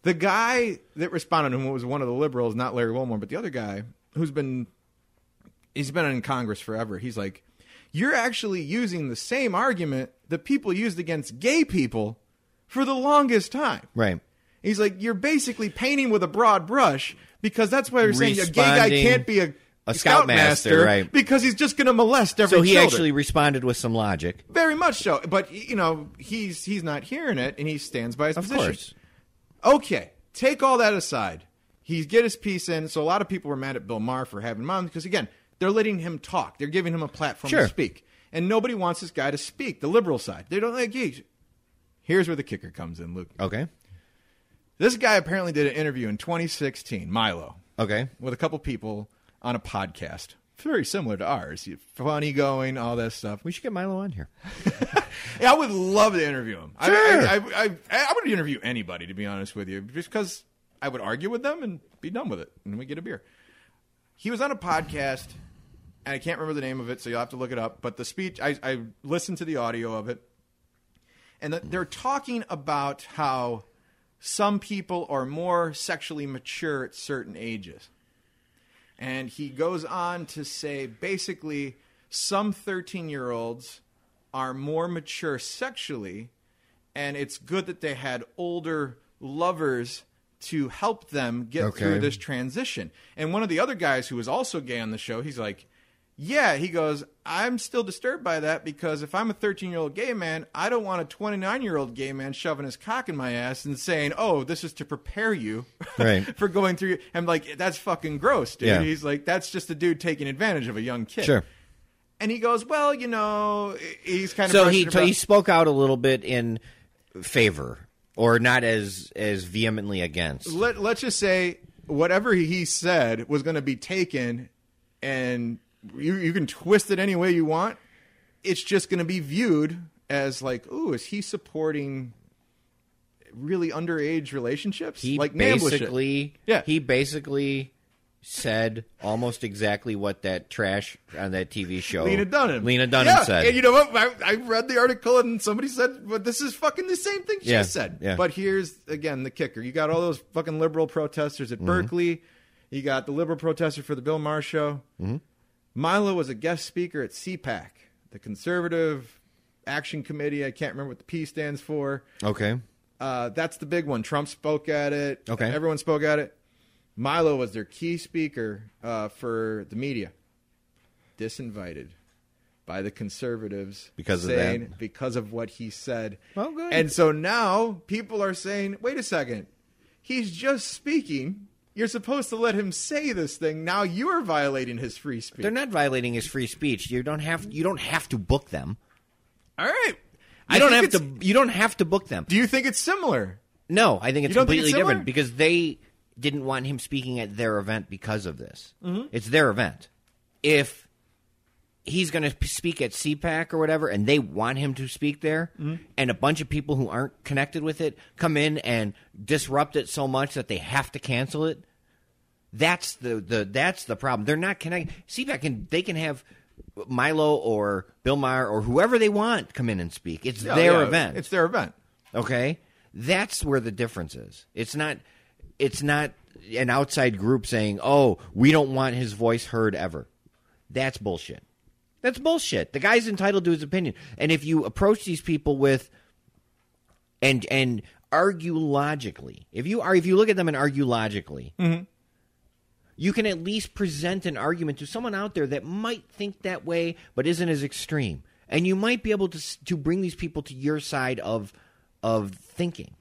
Speaker 1: The guy that responded to him was one of the liberals, not Larry Wilmore, but the other guy who's been he's been in Congress forever. He's like, you're actually using the same argument that people used against gay people for the longest time.
Speaker 3: Right.
Speaker 1: He's like, you're basically painting with a broad brush because that's why you're saying a gay guy
Speaker 3: Responding-
Speaker 1: can't be a,
Speaker 3: a
Speaker 1: scoutmaster,
Speaker 3: scoutmaster, right.
Speaker 1: because he's just going to molest every
Speaker 3: So he
Speaker 1: children.
Speaker 3: actually responded with some logic.
Speaker 1: Very much so, but you know he's he's not hearing it, and he stands by his
Speaker 3: Of
Speaker 1: position.
Speaker 3: course.
Speaker 1: Okay, take all that aside. He get his piece in. So a lot of people were mad at Bill Maher for having him on because again, they're letting him talk. They're giving him a platform to
Speaker 3: Sure.
Speaker 1: speak, and nobody wants this guy to speak. The liberal side, they don't like. Geez. Here's where the kicker comes in, Luke.
Speaker 3: Okay.
Speaker 1: This guy apparently did an interview in 2016, Milo,
Speaker 3: Okay.
Speaker 1: with a couple people on a podcast, very similar to ours. Funny going, all that stuff.
Speaker 3: We should get Milo on here.
Speaker 1: Yeah, I would love to interview him. I-
Speaker 3: Sure.
Speaker 1: I, I, I, I, would interview anybody, to be honest with you, just because I would argue with them and be done with it, and we get a beer. He was on a podcast, and I can't remember the name of it, so you'll have to look it up. But the speech, I, I listened to the audio of it, and that they're talking about how some people are more sexually mature at certain ages. And he goes on to say basically, some 13 year olds are more mature sexually, and it's good that they had older lovers to help them get
Speaker 3: Okay.
Speaker 1: through this transition. And one of the other guys who was also gay on the show, he's like, yeah, he goes, I'm still disturbed by that because if I'm a 13 year old gay man, I don't want a 29 year old gay man shoving his cock in my ass and saying, oh, this is to prepare you
Speaker 3: Right.
Speaker 1: for going through. I'm like, that's fucking gross, dude.
Speaker 3: Yeah.
Speaker 1: He's like, that's just a dude taking advantage of a young kid.
Speaker 3: Sure.
Speaker 1: And he goes, well, you know, he's kind of
Speaker 3: So he
Speaker 1: brushing it
Speaker 3: he
Speaker 1: about-
Speaker 3: spoke out a little bit in favor, or not as as vehemently against.
Speaker 1: let, let's just say whatever he said was going to be taken and you, you can twist it any way you want it's just going to be viewed as like ooh is he supporting really underage relationships
Speaker 3: He
Speaker 1: like Nambla shit.
Speaker 3: basically,
Speaker 1: Yeah.
Speaker 3: he basically said almost exactly what that trash on that TV show,
Speaker 1: Lena Dunham.
Speaker 3: Lena Dunham
Speaker 1: yeah.
Speaker 3: said.
Speaker 1: And you know what? I, I read the article and somebody said, "But this is fucking the same thing she
Speaker 3: Yeah,
Speaker 1: said."
Speaker 3: yeah.
Speaker 1: But here's again the kicker: you got all those fucking liberal protesters
Speaker 3: Mm-hmm.
Speaker 1: at Berkeley. You got the liberal protester for the Bill Maher show.
Speaker 3: Mm-hmm.
Speaker 1: Milo was a guest speaker at CPAC, the Conservative Action Committee. I can't remember what the P stands for.
Speaker 3: okay,
Speaker 1: Uh, that's the big one. Trump spoke at it.
Speaker 3: Okay.
Speaker 1: Everyone spoke at it. Milo was their key speaker uh, for the media. Disinvited by the conservatives
Speaker 3: Because of
Speaker 1: saying,
Speaker 3: that.
Speaker 1: because of what he said.
Speaker 3: Well, good.
Speaker 1: And so now people are saying, wait a second, he's just speaking. You're supposed to let him say this thing. Now you're violating his free speech.
Speaker 3: they're not violating his free speech. You don't have you don't have to book them.
Speaker 1: All right.
Speaker 3: You don't
Speaker 1: think
Speaker 3: have
Speaker 1: it's-
Speaker 3: to you don't have to book them.
Speaker 1: Do you think it's similar?
Speaker 3: No, I think it's
Speaker 1: You don't think
Speaker 3: completely
Speaker 1: it's similar?
Speaker 3: different because they didn't want him speaking at their event because of this.
Speaker 1: Mm-hmm.
Speaker 3: It's their event. If he's going to speak at CPAC or whatever, and they want him to speak there,
Speaker 1: Mm-hmm.
Speaker 3: and a bunch of people who aren't connected with it come in and disrupt it so much that they have to cancel it. That's the, the that's the problem. They're not connected. CPAC can they can have Milo or Bill Maher or whoever they want come in and speak. It's
Speaker 1: Yeah,
Speaker 3: their
Speaker 1: Oh, yeah,
Speaker 3: event.
Speaker 1: It's their event.
Speaker 3: Okay, that's where the difference is. It's not. It's not an outside group saying, "Oh, we don't want his voice heard ever." That's bullshit. That's bullshit. The guy's entitled to his opinion, and if you approach these people with and and argue logically, if you are if you look at them and argue logically, you can at least present an argument to someone out there that might think that way but isn't as extreme and you might be able to s- to bring these people to your side of of thinking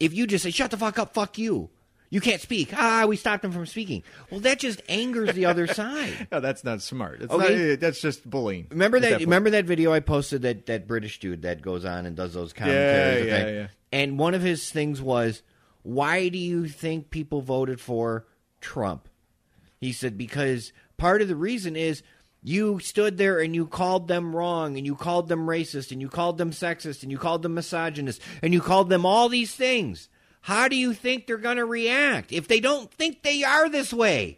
Speaker 3: if you just say shut the fuck up fuck you you can't speak ah we stopped him from speaking well that just angers the other side
Speaker 1: No, that's not smart. It's
Speaker 3: Okay.
Speaker 1: not, eh, that's just bullying.
Speaker 3: remember
Speaker 1: at
Speaker 3: that,
Speaker 1: point.
Speaker 3: remember that video i posted that that british dude that goes on and does those commentaries
Speaker 1: yeah,
Speaker 3: okay?
Speaker 1: yeah.
Speaker 3: and one of his things was why do you think people voted for trump He said, because part of the reason is you stood there and you called them wrong and you called them racist and you called them sexist and you called them misogynist and you called them all these things. How do you think they're going to react if they don't think they are this way?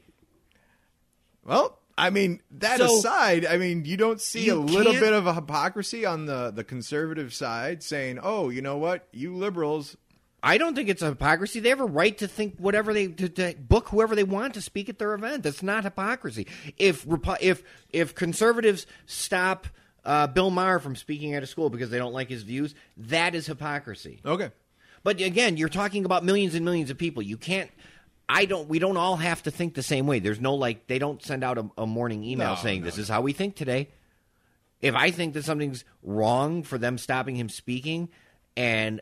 Speaker 1: Well, I mean, that
Speaker 3: So-
Speaker 1: aside, I mean, you don't see
Speaker 3: You
Speaker 1: a little
Speaker 3: can't-
Speaker 1: bit of a hypocrisy on the, the conservative side saying, oh, you know what? You liberals.
Speaker 3: I don't think it's a hypocrisy. They have a right to think whatever they to, to book whoever they want to speak at their event. That's not hypocrisy. If Repu- if if conservatives stop uh, Bill Maher from speaking at a school because they don't like his views, that is hypocrisy.
Speaker 1: Okay.
Speaker 3: But again, you're talking about millions and millions of people. You can't. I don't. We don't all have to think the same way. There's no like. They don't send out a, a morning email
Speaker 1: No,
Speaker 3: saying this is how we think today. If I think that something's wrong for them stopping him speaking, and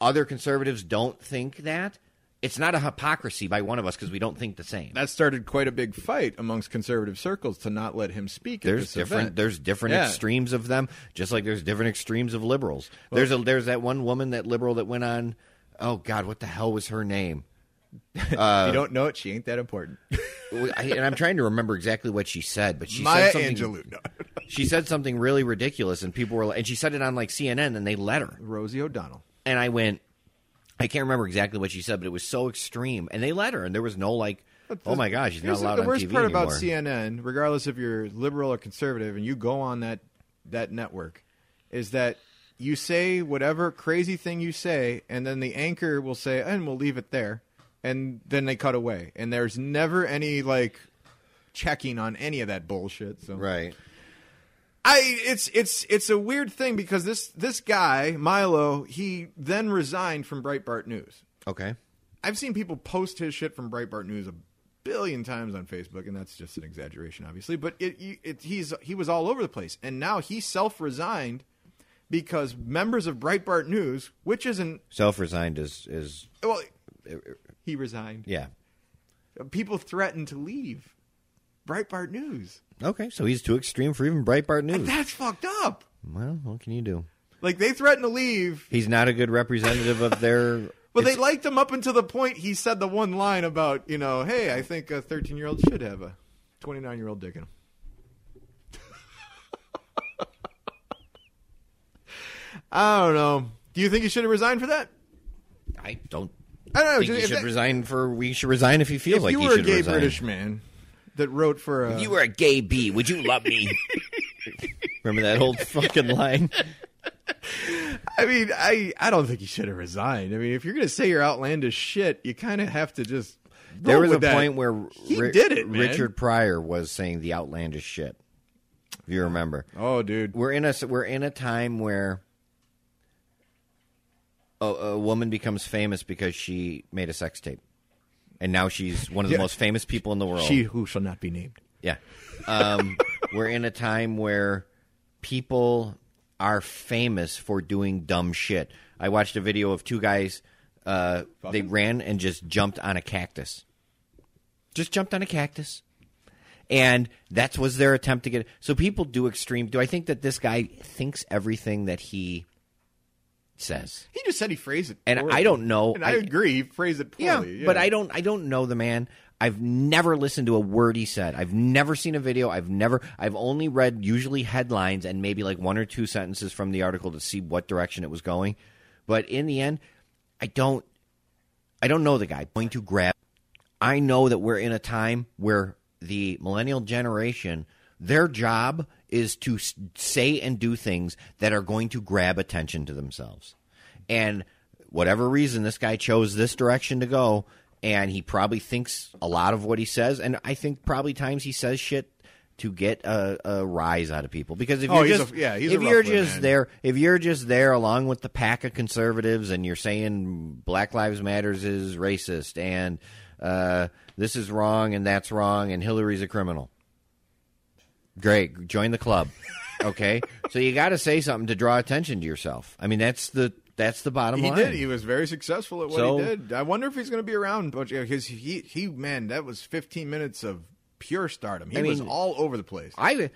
Speaker 3: other conservatives don't think that, it's not a hypocrisy by one of us because we don't think the same.
Speaker 1: That started quite a big fight amongst conservative circles to not let him speak. at
Speaker 3: There's
Speaker 1: this
Speaker 3: different.
Speaker 1: event.
Speaker 3: There's different
Speaker 1: Yeah.
Speaker 3: extremes of them, just like there's different extremes of liberals. there's a there's that one woman, that liberal that went on. Oh God, what the hell was her name? uh,
Speaker 1: if you don't know it, she ain't that important.
Speaker 3: Well, I, and I'm trying to remember exactly what she said, but she
Speaker 1: Maya
Speaker 3: said something.
Speaker 1: Angelou.
Speaker 3: She said something really ridiculous, and people were, and she said it on like CNN, and they let her.
Speaker 1: Rosie O'Donnell.
Speaker 3: And I went, I can't remember exactly what she said, but it was so extreme, and they let her, and there was no like, oh my gosh, she's not
Speaker 1: Here's
Speaker 3: allowed
Speaker 1: the
Speaker 3: on
Speaker 1: worst
Speaker 3: TV
Speaker 1: part
Speaker 3: anymore.
Speaker 1: about CNN, regardless if you're liberal or conservative, and you go on that that network, is that you say whatever crazy thing you say, and then the anchor will say, "Eh, "And we'll leave it there," and then they cut away, and there's never any like checking on any of that bullshit. So
Speaker 3: right?
Speaker 1: I it's it's it's a weird thing because this this guy Milo he then resigned from Breitbart News.
Speaker 3: Okay.
Speaker 1: I've seen people post his shit from Breitbart News a billion times on Facebook, and that's just an exaggeration, obviously. But it, you- it, he's he was all over the place, and now he self resigned because members of Breitbart News, which isn't
Speaker 3: Self resigned is is
Speaker 1: well, he resigned.
Speaker 3: yeah.
Speaker 1: People threatened to leave Breitbart News.
Speaker 3: Okay, so he's too extreme for even Breitbart News.
Speaker 1: That's fucked up.
Speaker 3: Well, what can you do?
Speaker 1: Like they threatened to leave.
Speaker 3: He's not a good representative of their.
Speaker 1: Well, they
Speaker 3: it's-
Speaker 1: liked him up until the point he said the one line about, you know, hey, I think a 13 year old should have a 29 year old dick in him. I don't know. Do you think he should have resigned for that?
Speaker 3: I don't.
Speaker 1: I don't know.
Speaker 3: think
Speaker 1: just-
Speaker 3: he
Speaker 1: if
Speaker 3: should
Speaker 1: that-
Speaker 3: resign for. We should resign if he feels
Speaker 1: if
Speaker 3: like
Speaker 1: you
Speaker 3: he
Speaker 1: were a
Speaker 3: should
Speaker 1: gay
Speaker 3: resign.
Speaker 1: British man that wrote for a.
Speaker 3: If you were a gay bee, would you love me? Remember that old fucking line?
Speaker 1: I mean, I, I don't think he should have resigned. I mean, if you're going to say you're outlandish shit, you kind of have to just.
Speaker 3: There
Speaker 1: roll
Speaker 3: was a
Speaker 1: with that.
Speaker 3: point where
Speaker 1: He
Speaker 3: Ri-
Speaker 1: did it, man.
Speaker 3: Richard Pryor was saying the outlandish shit. If you remember,
Speaker 1: Oh, dude.
Speaker 3: we're in a we're in a time where a, a woman becomes famous because she made a sex tape, and now she's one of the
Speaker 1: Yeah.
Speaker 3: most famous people in the world.
Speaker 1: She who shall not be named.
Speaker 3: Yeah. Um, we're in a time where people are famous for doing dumb shit. I watched a video of two guys. Uh, they ran and just jumped on a cactus. Just jumped on a cactus. And that was their attempt to get. So people do extreme. Do I think that this guy thinks everything that he says.
Speaker 1: He just said he phrased it,
Speaker 3: And I
Speaker 1: poorly.
Speaker 3: don't know-
Speaker 1: And I,
Speaker 3: I-
Speaker 1: agree, he phrased it poorly.
Speaker 3: but I don't I don't know the man. I've never listened to a word he said. I've never seen a video. I've never I've only read usually headlines and maybe like one or two sentences from the article to see what direction it was going. But in the end, I don't I don't know the guy. I'm going to grab I know that we're in a time where the millennial generation their job is to s- say and do things that are going to grab attention to themselves. And whatever reason this guy chose this direction to go and he probably thinks a lot of what he says and I think probably times he says shit to get a, a rise out of people because if
Speaker 1: Oh,
Speaker 3: you're
Speaker 1: he's
Speaker 3: just
Speaker 1: a- yeah, he's a
Speaker 3: if you're
Speaker 1: ruffler,
Speaker 3: just
Speaker 1: man.
Speaker 3: there there- if you're just there along with the pack of conservatives and you're saying Black Lives Matters is racist and uh, this is wrong and that's wrong and Hillary's a criminal. Great, join the club. Okay, so you got to say something to draw attention to yourself. I mean, that's the that's the bottom
Speaker 1: He
Speaker 3: line.
Speaker 1: did. He was very successful at what
Speaker 3: So-
Speaker 1: he did. I wonder if he's going to be around because he he man, that was 15 minutes of pure stardom. He
Speaker 3: I
Speaker 1: was
Speaker 3: mean-
Speaker 1: all over the place.
Speaker 3: I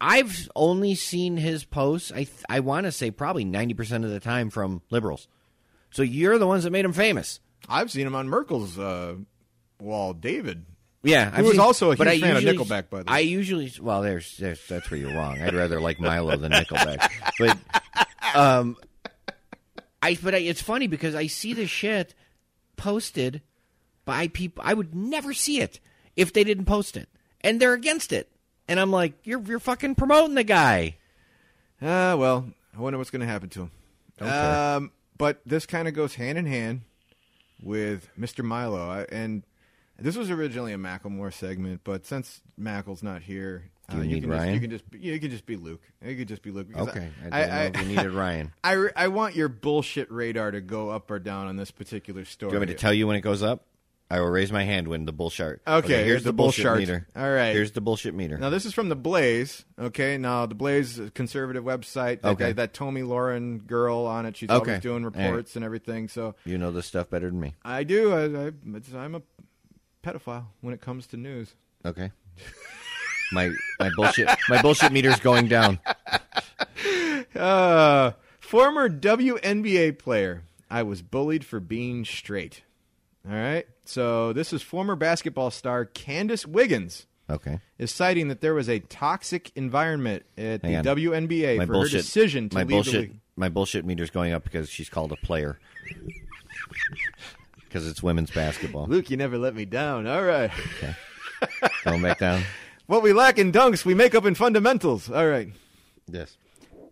Speaker 3: I've only seen his posts. I th- I want to say probably ninety percent of the time from liberals. So you're the ones that made him famous.
Speaker 1: I've seen him on Merkel's uh, wall, David.
Speaker 3: Yeah,
Speaker 1: Who was also a
Speaker 3: but
Speaker 1: huge
Speaker 3: I
Speaker 1: fan of
Speaker 3: usually-
Speaker 1: Nickelback, by the way.
Speaker 3: I usually well, there's, there's that's where you're wrong. I'd rather like Milo than Nickelback, but um, I but I, it's funny because I see this shit posted by people. I would never see it if they didn't post it, and they're against it. And I'm like, you're you're fucking promoting the guy.
Speaker 1: Ah, well, I wonder what's going to happen to him. Um, but this kind of goes hand in hand with Mr. Milo, I, and this was originally a Macklemore segment, but since Mackle's not here,
Speaker 3: Do you
Speaker 1: uh,
Speaker 3: need
Speaker 1: can
Speaker 3: Ryan?
Speaker 1: Just, you can just you can just be Luke. You could just be Luke. because
Speaker 3: Okay, I,
Speaker 1: I,
Speaker 3: didn't know if you needed Ryan.
Speaker 1: I, re- I want your bullshit radar to go up or down on this particular story.
Speaker 3: Do you want me to tell you when it goes up? I will raise my hand when the bullshart.
Speaker 1: Okay, here's the bullshart.
Speaker 3: meter.
Speaker 1: All right.
Speaker 3: here's the bullshit meter.
Speaker 1: Now this is from the Blaze. Okay, now the Blaze is a conservative website. That,
Speaker 3: Okay.
Speaker 1: guy- that Tommy Lauren girl on it. She's
Speaker 3: Okay.
Speaker 1: always doing
Speaker 3: All right.
Speaker 1: reports and everything. So
Speaker 3: you know this stuff better than me.
Speaker 1: I do. I, I, it's- I'm a pedophile when it comes to news.
Speaker 3: Okay. My my bullshit my bullshit meter's going down.
Speaker 1: Uh, former WNBA player. I was bullied for being straight. All right. So this is former basketball star Candace Wiggins
Speaker 3: Okay.
Speaker 1: is citing that there was a toxic environment at
Speaker 3: Hang on.
Speaker 1: the WNBA
Speaker 3: My
Speaker 1: for
Speaker 3: bullshit
Speaker 1: her decision to
Speaker 3: my
Speaker 1: leave the
Speaker 3: bullshit
Speaker 1: league.
Speaker 3: my bullshit meter's going up because she's called a player. Because it's women's basketball.
Speaker 1: Luke, you never let me down. All right.
Speaker 3: Going back down.
Speaker 1: What we lack in dunks, we make up in fundamentals. All right.
Speaker 3: Yes.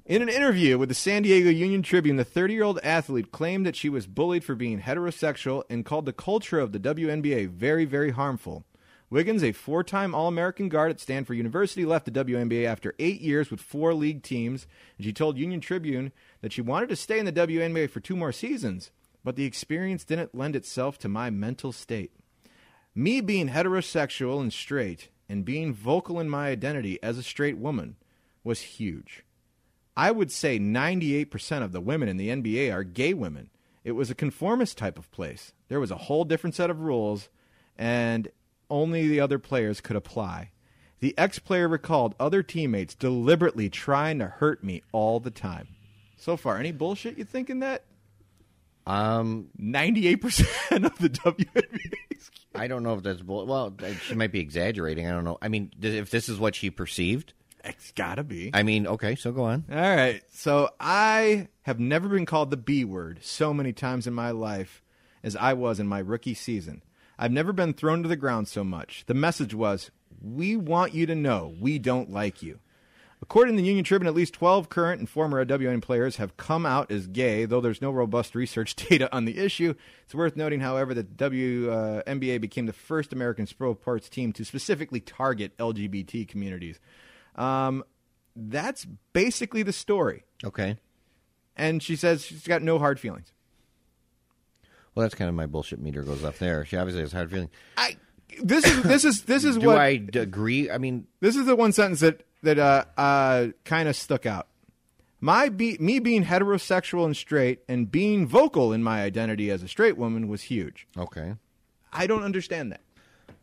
Speaker 1: In an interview with the San Diego Union Tribune, the 30 year old athlete claimed that she was bullied for being heterosexual and called the culture of the WNBA very, very harmful. Wiggins, a four time All American guard at Stanford University, left the WNBA after eight years with four league teams, and she told Union Tribune that she wanted to stay in the WNBA for two more seasons, but the experience didn't lend itself to my mental state. Me being heterosexual and straight and being vocal in my identity as a straight woman was huge. I would say 98% of the women in the NBA are gay women. It was a conformist type of place. There was a whole different set of rules, and only the other players could apply. The ex player recalled other teammates deliberately trying to hurt me all the time. So far, any bullshit you think in that?
Speaker 3: Um
Speaker 1: 98% of the WNBA's.
Speaker 3: I don't know if that's bull well, she might be exaggerating. I don't know. I mean, th- if this is what she perceived,
Speaker 1: It's gotta be.
Speaker 3: I mean, okay, so go on.
Speaker 1: All right. So I have never been called the B word so many times in my life as I was in my rookie season. I've never been thrown to the ground so much. The message was, "We want you to know we don't like you." According to the Union Tribune, at least 12 current and former WN players have come out as gay, though there's no robust research data on the issue. It's worth noting, however, that WNBA uh, NBA became the first American sports team to specifically target LGBT communities. Um, that's basically the story.
Speaker 3: Okay.
Speaker 1: And she says she's got no hard feelings.
Speaker 3: Well, that's kind of my bullshit meter goes up there. She obviously has hard feeling.
Speaker 1: I this is this is this is
Speaker 3: Do
Speaker 1: what
Speaker 3: I d- agree? I mean,
Speaker 1: this is the one sentence that that uh, uh, kind of stuck out. My be- me being heterosexual and straight and being vocal in my identity as a straight woman was huge.
Speaker 3: okay.
Speaker 1: I don't understand that.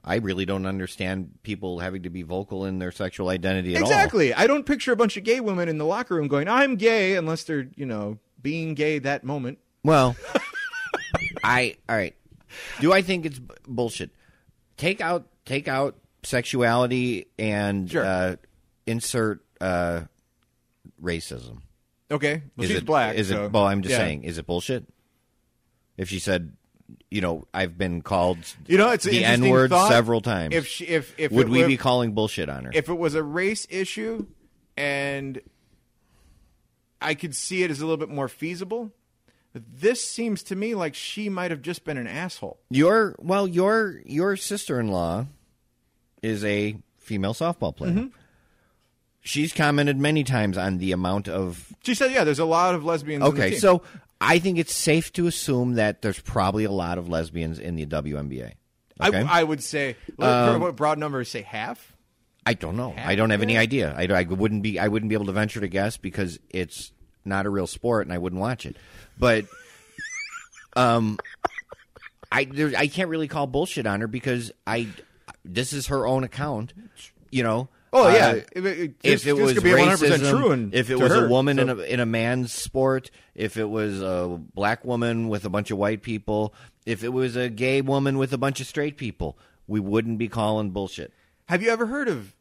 Speaker 3: I really don't understand people having to be vocal in their sexual identity at all.
Speaker 1: exactly. I don't picture a bunch of gay women in the locker room going, "I'm gay," unless they're you know being gay that moment.
Speaker 3: Well, I all right. Do I think it's b- bullshit? Take out take out sexuality and
Speaker 1: Sure.
Speaker 3: uh, insert uh, racism.
Speaker 1: Okay, well,
Speaker 3: is
Speaker 1: she's
Speaker 3: it
Speaker 1: black.
Speaker 3: Is
Speaker 1: so-
Speaker 3: it? Well, I'm just
Speaker 1: yeah.
Speaker 3: saying, is it bullshit? If she said, you know, I've been called
Speaker 1: You know, it's an
Speaker 3: the N
Speaker 1: interesting
Speaker 3: word
Speaker 1: thought.
Speaker 3: several times.
Speaker 1: If she, if if
Speaker 3: would
Speaker 1: it
Speaker 3: we
Speaker 1: were-
Speaker 3: be calling bullshit on her?
Speaker 1: if it was a race issue and I could see it as a little bit more feasible, but this seems to me like she might have just been an asshole.
Speaker 3: Your well, your your sister in law is a female softball player.
Speaker 1: Mm-hmm.
Speaker 3: She's commented many times on the amount of
Speaker 1: She said, "Yeah, there's a lot of lesbians." on the
Speaker 3: okay.
Speaker 1: team.
Speaker 3: So I think it's safe to assume that there's probably a lot of lesbians in the WNBA.
Speaker 1: I,
Speaker 3: Okay? Um,
Speaker 1: I would say, what broad numbers say half.
Speaker 3: I don't know. I don't have any idea. I, I wouldn't be. I wouldn't be able to venture to guess because it's not a real sport, and I wouldn't watch it. But, um, I there, I can't really call bullshit on her because I this is her own account. You know.
Speaker 1: Oh
Speaker 3: Uh,
Speaker 1: yeah, If it, it-
Speaker 3: if
Speaker 1: this-
Speaker 3: it
Speaker 1: this
Speaker 3: was
Speaker 1: could be 100%
Speaker 3: racism,
Speaker 1: true, and
Speaker 3: if it
Speaker 1: to
Speaker 3: was
Speaker 1: her,
Speaker 3: a woman
Speaker 1: so-
Speaker 3: in a in a man's sport, if it was a black woman with a bunch of white people, if it was a gay woman with a bunch of straight people, we wouldn't be calling bullshit.
Speaker 1: have you ever heard of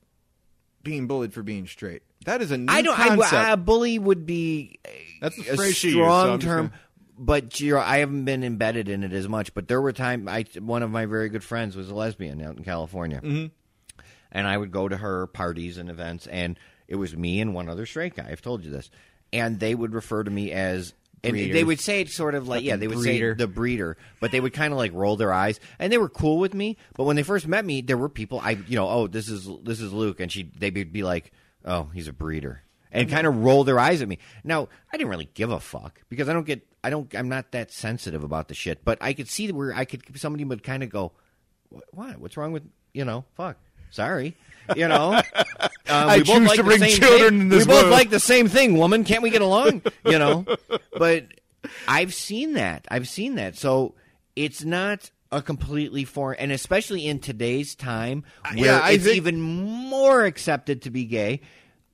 Speaker 1: being bullied for being straight? That is a new
Speaker 3: I don't.
Speaker 1: concept.
Speaker 3: I, a bully would be a-
Speaker 1: That's the
Speaker 3: a
Speaker 1: phrase she used, so
Speaker 3: strong
Speaker 1: I'm just
Speaker 3: term,
Speaker 1: gonna-
Speaker 3: but you know, I haven't been embedded in it as much. But there were time I one of my very good friends was a lesbian out in California,
Speaker 1: Mm-hmm.
Speaker 3: and I would go to her parties and events, and it was me and one other straight guy. I've told you this, and they would refer to me as. And
Speaker 1: Breeder.
Speaker 3: they would say it sort of like, yeah, they would
Speaker 1: breeder.
Speaker 3: say the breeder, but they would kind of like roll their eyes, and they were cool with me. But when they first met me, there were people I, you know, oh, this is this is Luke, and she, they'd be- be like, oh, he's a breeder, and kind of roll their eyes at me. Now, I didn't really give a fuck because I don't get, I don't, I'm not that sensitive about the shit. But I could see where I could somebody would kind of go, "What- why? What's wrong with you know? Fuck, sorry, you know. Um,
Speaker 1: I
Speaker 3: we both
Speaker 1: choose
Speaker 3: like
Speaker 1: to
Speaker 3: the
Speaker 1: bring
Speaker 3: same
Speaker 1: children
Speaker 3: thing.
Speaker 1: in this
Speaker 3: We both
Speaker 1: world.
Speaker 3: like the same thing, woman. Can't we get along? You know, but I've seen that. I've seen that. So it's not a completely foreign, and especially in today's time where
Speaker 1: yeah, I
Speaker 3: it's
Speaker 1: think-
Speaker 3: even more accepted to be gay.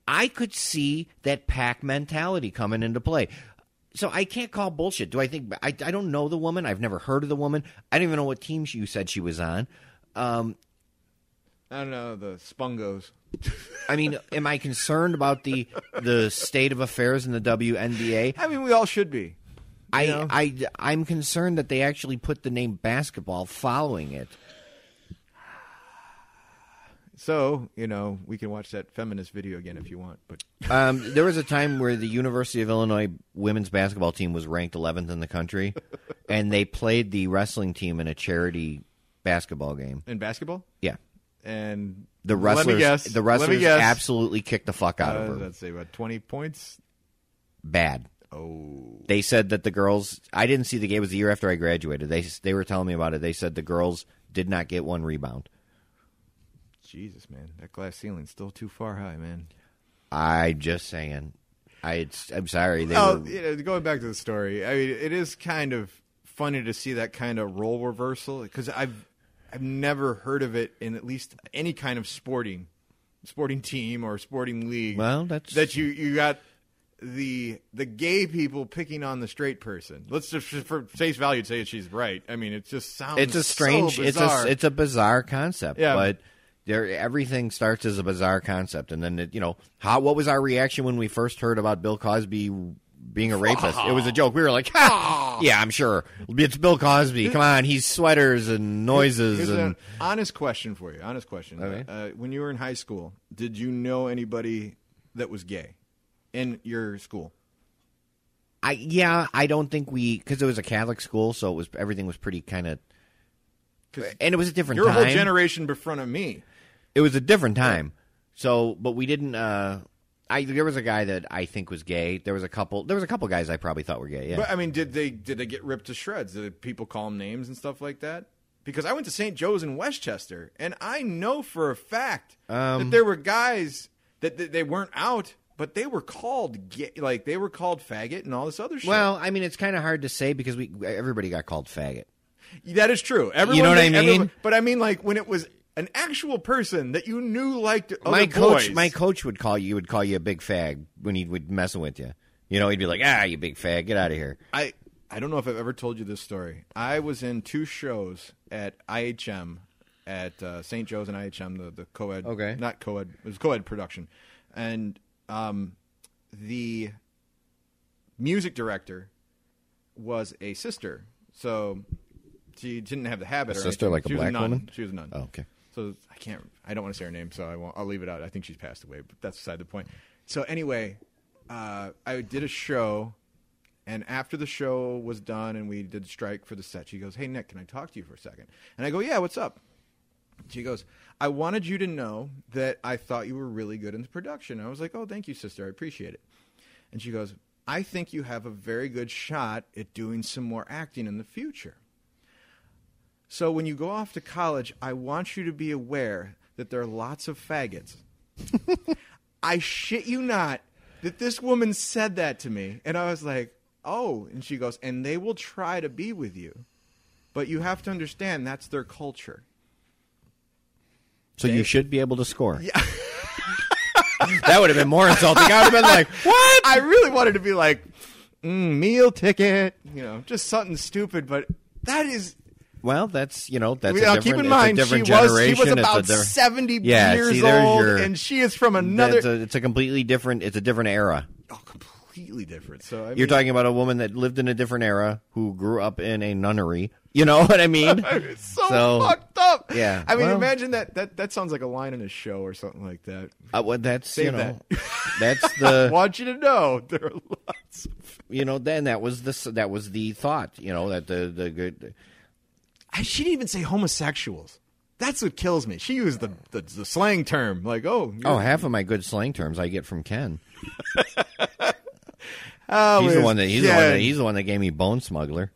Speaker 3: I could see that pack mentality coming into play. So I can't call bullshit. Do I think I, I don't know the woman? I've never heard of the woman. I don't even know what team she, you said she was on. Um,
Speaker 1: I don't know the spungos.
Speaker 3: I mean, am I concerned about the the state of affairs in the WNBA?
Speaker 1: I mean, we all should be.
Speaker 3: I,
Speaker 1: know?
Speaker 3: I I'm concerned that they actually put the name basketball following it.
Speaker 1: So you know, we can watch that feminist video again if you want. But
Speaker 3: Um, there was a time where the University of Illinois women's basketball team was ranked 11th in the country, and they played the wrestling team in a charity basketball game.
Speaker 1: in basketball,
Speaker 3: Yeah,
Speaker 1: and
Speaker 3: the wrestlers,
Speaker 1: Let me guess.
Speaker 3: the
Speaker 1: Let me
Speaker 3: wrestlers
Speaker 1: guess.
Speaker 3: absolutely kicked the fuck out
Speaker 1: Uh,
Speaker 3: of her.
Speaker 1: let's say about twenty points.
Speaker 3: Bad.
Speaker 1: Oh,
Speaker 3: They said that the girls. I didn't see the game. It was the year after I graduated. They they were telling me about it. They said the girls did not get one rebound.
Speaker 1: Jesus, man, that glass ceiling's still too far high, man.
Speaker 3: I just saying. I it's, I'm sorry. They
Speaker 1: Oh,
Speaker 3: were,
Speaker 1: you know, going back to the story, I mean, it is kind of funny to see that kind of role reversal because I've I've never heard of it in at least any kind of sporting sporting team or sporting league.
Speaker 3: Well, that's-
Speaker 1: that you you got the the gay people picking on the straight person. Let's just for face value say she's right. I mean, it just sounds
Speaker 3: it's a strange
Speaker 1: so
Speaker 3: it's a
Speaker 1: bizarre.
Speaker 3: it's a bizarre concept
Speaker 1: Yeah.
Speaker 3: but there everything starts as a bizarre concept and then it, you know how what was our reaction when we first heard about bill cosby being a rapist it was a joke we were like ha! yeah i'm sure it's bill cosby come on he's sweaters and noises
Speaker 1: Here's
Speaker 3: and
Speaker 1: an honest question for you. Honest question.
Speaker 3: Okay.
Speaker 1: Uh, when you were in high school, did you know anybody that was gay in your school?
Speaker 3: i yeah i don't think we because it was a catholic school so it was everything was pretty kind of
Speaker 1: 'Cause
Speaker 3: and it was a different
Speaker 1: Your whole
Speaker 3: time.
Speaker 1: generation befront of me.
Speaker 3: it was a different time. So, but we didn't. Uh, I there was a guy that I think was gay. There was a couple. There was a couple guys I probably thought were gay. Yeah,
Speaker 1: But I mean, did they did they get ripped to shreds? Did people call them names and stuff like that? Because I went to St. Joe's in Westchester, and I know for a fact
Speaker 3: Um,
Speaker 1: that there were guys that, that they weren't out, but they were called gay, like they were called faggot and all this other shit.
Speaker 3: well, I mean, it's kind of hard to say because we everybody got called faggot.
Speaker 1: That is true. Everyone
Speaker 3: know what I
Speaker 1: everyone-
Speaker 3: mean?
Speaker 1: but I mean, like when it was an actual person that you knew liked other
Speaker 3: my coach,
Speaker 1: Oh, boys.
Speaker 3: my coach would call you. Would call you a big fag when he would messing with you. You know, he'd be like, "Ah, you big fag, get out of here."
Speaker 1: I I don't know if I've ever told you this story. I was in two shows at IHM at uh, St. Joe's and IHM, the the co-ed,
Speaker 3: Okay.
Speaker 1: not co-ed, it was co-ed production, and um, the music director was a sister, so she didn't have the habit.
Speaker 3: A
Speaker 1: or
Speaker 3: sister,
Speaker 1: anything.
Speaker 3: like a
Speaker 1: She was
Speaker 3: black
Speaker 1: nun.
Speaker 3: woman?
Speaker 1: She was a nun.
Speaker 3: Oh, okay.
Speaker 1: So I can't. I don't want to say her name, so I won't. I'll leave it out. I think she's passed away, but that's beside the point. So anyway, uh, I did a show, and after the show was done and we did strike for the set, she goes, "Hey Nick, can I talk to you for a second? And I go, "Yeah, what's up?" She goes, "I wanted you to know that I thought you were really good in the production." I was like, "Oh, thank you, sister. I appreciate it." And she goes, "I think you have a very good shot at doing some more acting in the future." So when you go off to college, I want you to be aware that there are lots of faggots. I shit you not that this woman said that to me. And I was like, oh. And she goes, and they will try to be with you. But you have to understand that's their culture.
Speaker 3: So you should be able to score. that would have been more insulting. I would have been like,
Speaker 1: What? I really wanted to be like, mm, meal ticket, you know, just something stupid. But that is.
Speaker 3: "Well, that's you know, that's
Speaker 1: now
Speaker 3: a different,
Speaker 1: keep in
Speaker 3: it's a
Speaker 1: mind, she
Speaker 3: different
Speaker 1: was, she
Speaker 3: generation.
Speaker 1: was
Speaker 3: It's a
Speaker 1: about
Speaker 3: different-
Speaker 1: 70
Speaker 3: Yeah,
Speaker 1: years
Speaker 3: see, there's
Speaker 1: old,
Speaker 3: your-
Speaker 1: and she is from another.
Speaker 3: That's a, it's a completely different. It's a different era.
Speaker 1: oh, completely different. So I mean,
Speaker 3: You're talking about a woman that lived in a different era who grew up in a nunnery. You know what I mean? uh,
Speaker 1: It's so, fucked up.
Speaker 3: yeah,
Speaker 1: I mean,
Speaker 3: well-
Speaker 1: imagine that, that. That sounds like a line in a show or something like that.
Speaker 3: Uh, well, that's you
Speaker 1: Save
Speaker 3: know,
Speaker 1: that.
Speaker 3: that's the
Speaker 1: Want you to know there are lots. Of,
Speaker 3: you know. Then that was the that was the thought. You know that the the good.
Speaker 1: I, she didn't even say homosexuals. That's what kills me. She used the the, the slang term like, oh,
Speaker 3: Oh, half of my good slang terms I get from Ken.
Speaker 1: oh,
Speaker 3: He's the
Speaker 1: it's
Speaker 3: one that he's the one that
Speaker 1: Ken.
Speaker 3: he's the one that gave me Bone Smuggler.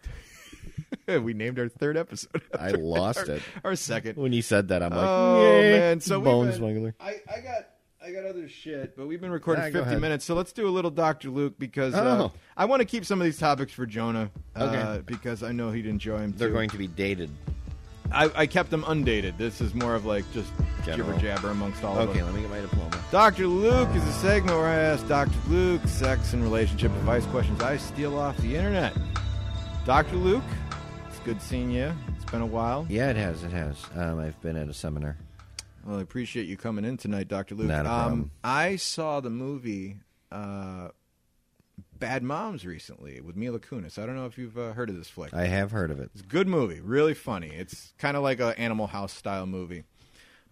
Speaker 1: we named our third episode.
Speaker 3: I lost it
Speaker 1: Our second.
Speaker 3: when he said that. I'm like,
Speaker 1: Oh
Speaker 3: "Yay,
Speaker 1: man, so we've
Speaker 3: Bone
Speaker 1: been-
Speaker 3: Smuggler.
Speaker 1: I, I got I got other shit, but we've been recording
Speaker 3: Nah, go
Speaker 1: 50
Speaker 3: ahead.
Speaker 1: minutes, so let's do a little Dr. Luke because uh,
Speaker 3: Oh.
Speaker 1: I want to keep some of these topics for Jonah uh,
Speaker 3: Okay.
Speaker 1: because I know he'd enjoy them.
Speaker 3: They're
Speaker 1: too.
Speaker 3: going to be dated.
Speaker 1: I, I kept them undated. This is more of like just
Speaker 3: General.
Speaker 1: jibber jabber amongst all of
Speaker 3: Okay,
Speaker 1: them.
Speaker 3: let me get my diploma.
Speaker 1: Dr. Luke is a segment where I ask Dr. Luke sex and relationship advice questions I steal off the internet. Dr. Luke, it's good seeing you. It's been a while.
Speaker 3: Yeah, it has. It has. Um, I've been at a seminar.
Speaker 1: Well, I appreciate you coming in tonight, Dr. Luke.
Speaker 3: Not a
Speaker 1: Um,
Speaker 3: problem.
Speaker 1: I saw the movie uh, Bad Moms recently with Mila Kunis. I don't know if you've uh, heard of this flick.
Speaker 3: I have heard of it.
Speaker 1: It's a good movie, really funny. It's kind of like a Animal House style movie.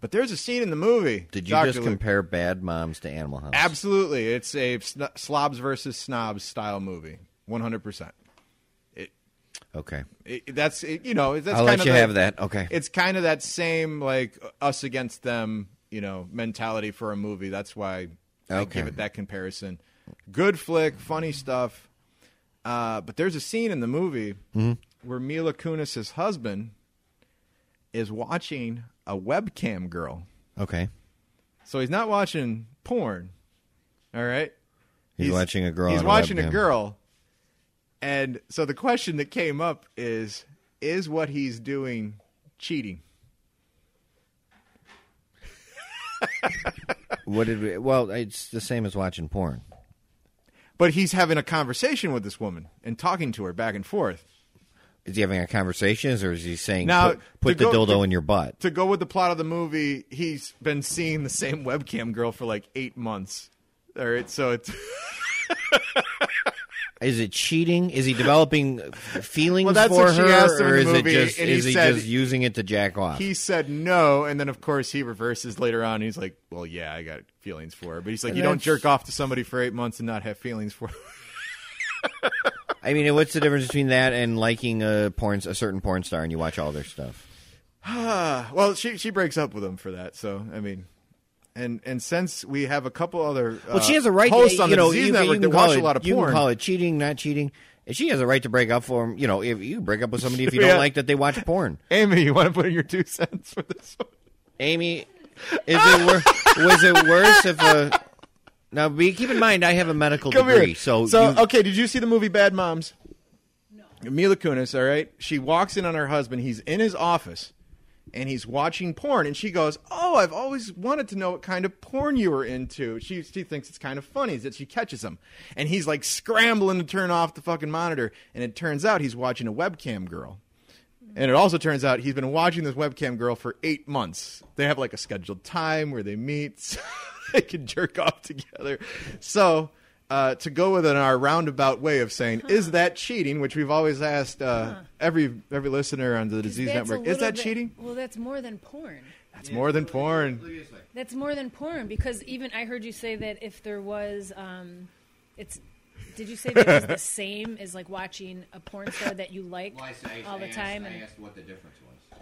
Speaker 1: But there's a scene in the movie.
Speaker 3: Did you
Speaker 1: Dr.
Speaker 3: just
Speaker 1: Luke-
Speaker 3: compare Bad Moms to Animal House?
Speaker 1: Absolutely, it's a sn- slobs versus snobs style movie. One hundred percent.
Speaker 3: Okay.
Speaker 1: That's it, you know that's.
Speaker 3: I'll
Speaker 1: kind
Speaker 3: let
Speaker 1: of
Speaker 3: you
Speaker 1: the-
Speaker 3: have that. Okay.
Speaker 1: It's kind of that same like us against them, you know, mentality for a movie. That's why I
Speaker 3: Okay.
Speaker 1: give it that comparison. Good flick, funny stuff. Uh, but there's a scene in the movie
Speaker 3: Mm-hmm.
Speaker 1: where Mila Kunis's husband is watching a webcam girl.
Speaker 3: okay.
Speaker 1: So he's not watching porn. All right.
Speaker 3: He's, watching a girl.
Speaker 1: He's
Speaker 3: on
Speaker 1: watching a
Speaker 3: webcam.
Speaker 1: girl. And so the question that came up is is what he's doing cheating?
Speaker 3: What did we? Well, it's the same as watching porn.
Speaker 1: But he's having a conversation with this woman and talking to her back and forth.
Speaker 3: Is he having a conversation, or is he saying,
Speaker 1: Now,
Speaker 3: "Put, put
Speaker 1: to
Speaker 3: the
Speaker 1: go-
Speaker 3: dildo
Speaker 1: to-
Speaker 3: in your butt"?
Speaker 1: To go with the plot of the movie, he's been seeing the same webcam girl for like eight months. All right, so it's
Speaker 3: Is it cheating? Is he developing f- feelings
Speaker 1: Well, that's
Speaker 3: for
Speaker 1: what she
Speaker 3: her,
Speaker 1: asked him in
Speaker 3: or
Speaker 1: the
Speaker 3: is
Speaker 1: movie,
Speaker 3: it just
Speaker 1: and he
Speaker 3: is he,
Speaker 1: said-
Speaker 3: just using it to jack off?
Speaker 1: he said no, and then of course he reverses later on. He's like, "Well, yeah, I got feelings for her," but he's like,
Speaker 3: And
Speaker 1: "You don't
Speaker 3: that's-
Speaker 1: jerk off to somebody for eight months and not have feelings for." Her.
Speaker 3: I mean, what's the difference between that and liking a porn a certain porn star and you watch all their stuff?
Speaker 1: Ah, well, she she breaks up with him for that. So I mean, and and since we have a couple other uh,
Speaker 3: Well, she has a right.
Speaker 1: hosts
Speaker 3: to,
Speaker 1: on
Speaker 3: you
Speaker 1: the
Speaker 3: know,
Speaker 1: disease
Speaker 3: you, can-
Speaker 1: network
Speaker 3: you
Speaker 1: that
Speaker 3: can call
Speaker 1: watch
Speaker 3: it,
Speaker 1: a lot of
Speaker 3: you
Speaker 1: porn.
Speaker 3: can call it cheating, not cheating. And She has a right to break up for him. You know, if you break up with somebody if you
Speaker 1: Yeah.
Speaker 3: don't like that they watch porn.
Speaker 1: Amy, you want to put in your two cents for this one?
Speaker 3: Amy, is it wor- was it worse if a now? Be, keep in mind, I have a medical
Speaker 1: Come
Speaker 3: degree,
Speaker 1: here.
Speaker 3: so you-
Speaker 1: okay, did you see the movie Bad Moms? No. Mila Kunis, all right. She walks in on her husband. He's in his office, and he's watching porn and she goes oh i've always wanted to know what kind of porn you were into she, she thinks it's kind of funny that she catches him and he's like scrambling to turn off the fucking monitor and it turns out he's watching a webcam girl and it also turns out he's been watching this webcam girl for eight months. They have like a scheduled time where they meet. So they can jerk off together. So uh, to go with an, our roundabout way of saying, is that cheating? Which we've always asked uh, every every listener on the Disease
Speaker 7: That's a
Speaker 1: Network, is
Speaker 7: little
Speaker 1: that
Speaker 7: bit-
Speaker 1: cheating?
Speaker 7: Well, that's more than porn.
Speaker 1: That's more than porn.
Speaker 7: That's more than porn because even I heard you say that if there was, um, it's. Did you say that it was the same as like watching a porn star that you like
Speaker 8: Well, I said- I
Speaker 7: all the
Speaker 8: asked-
Speaker 7: time?
Speaker 8: I
Speaker 7: and,
Speaker 8: asked what the difference was.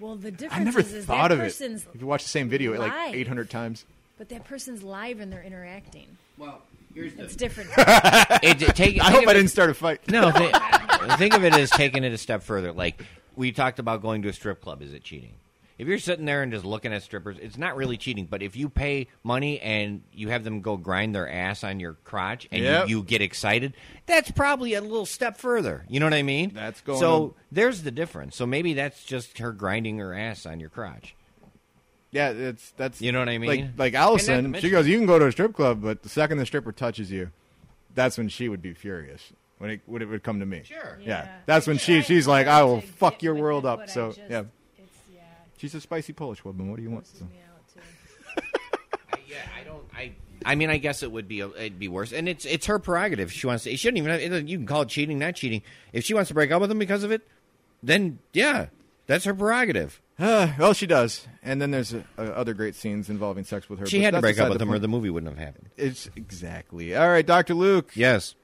Speaker 7: well, the difference
Speaker 1: I never
Speaker 7: is, is
Speaker 1: thought
Speaker 7: that
Speaker 1: of it.
Speaker 7: person's,
Speaker 1: If you watch the same video like
Speaker 7: live.
Speaker 1: 800 times,
Speaker 7: but that person's live and they're interacting.
Speaker 8: Well, here's the
Speaker 7: It's different.
Speaker 3: It, it- take,
Speaker 1: I hope I didn't start a fight.
Speaker 3: No, think, think of it as taking it a step further. Like we talked about going to a strip club, is it cheating? If you're sitting there and just looking at strippers, it's not really cheating. But if you pay money and you have them go grind their ass on your crotch and
Speaker 1: Yep.
Speaker 3: you, you get excited, that's probably a little step further. You know what I mean?
Speaker 1: That's going
Speaker 3: So
Speaker 1: to-
Speaker 3: there's the difference. So maybe that's just her grinding her ass on your crotch.
Speaker 1: Yeah, it's that's
Speaker 3: You know what I mean?
Speaker 1: Like like
Speaker 3: And not
Speaker 1: Allison,
Speaker 3: to
Speaker 1: she goes, "You can go to a strip club, but the second the stripper touches you, that's when she would be furious." When it when it would come to me,
Speaker 3: Sure.
Speaker 1: yeah, that's when she she's like, "I will fuck your world up." So yeah,
Speaker 7: It's, yeah, it
Speaker 1: she's a spicy Polish woman. What do you want?
Speaker 7: grosses
Speaker 1: So-
Speaker 7: me out too.
Speaker 3: I, yeah, I don't. I. I mean, I guess it would be it'd be worse, and it's it's her prerogative. She wants to. She shouldn't even. Have, it, you can call it cheating, not cheating. If she wants to break up with him because of it, then yeah, that's her prerogative.
Speaker 1: Uh, well, she does, and then there's uh, other great scenes involving sex with her.
Speaker 3: She
Speaker 1: but
Speaker 3: had to
Speaker 1: that's
Speaker 3: break up
Speaker 1: beside
Speaker 3: with
Speaker 1: the
Speaker 3: him, or
Speaker 1: point.
Speaker 3: the movie wouldn't have happened.
Speaker 1: It's exactly all right, Doctor Luke.
Speaker 3: Yes,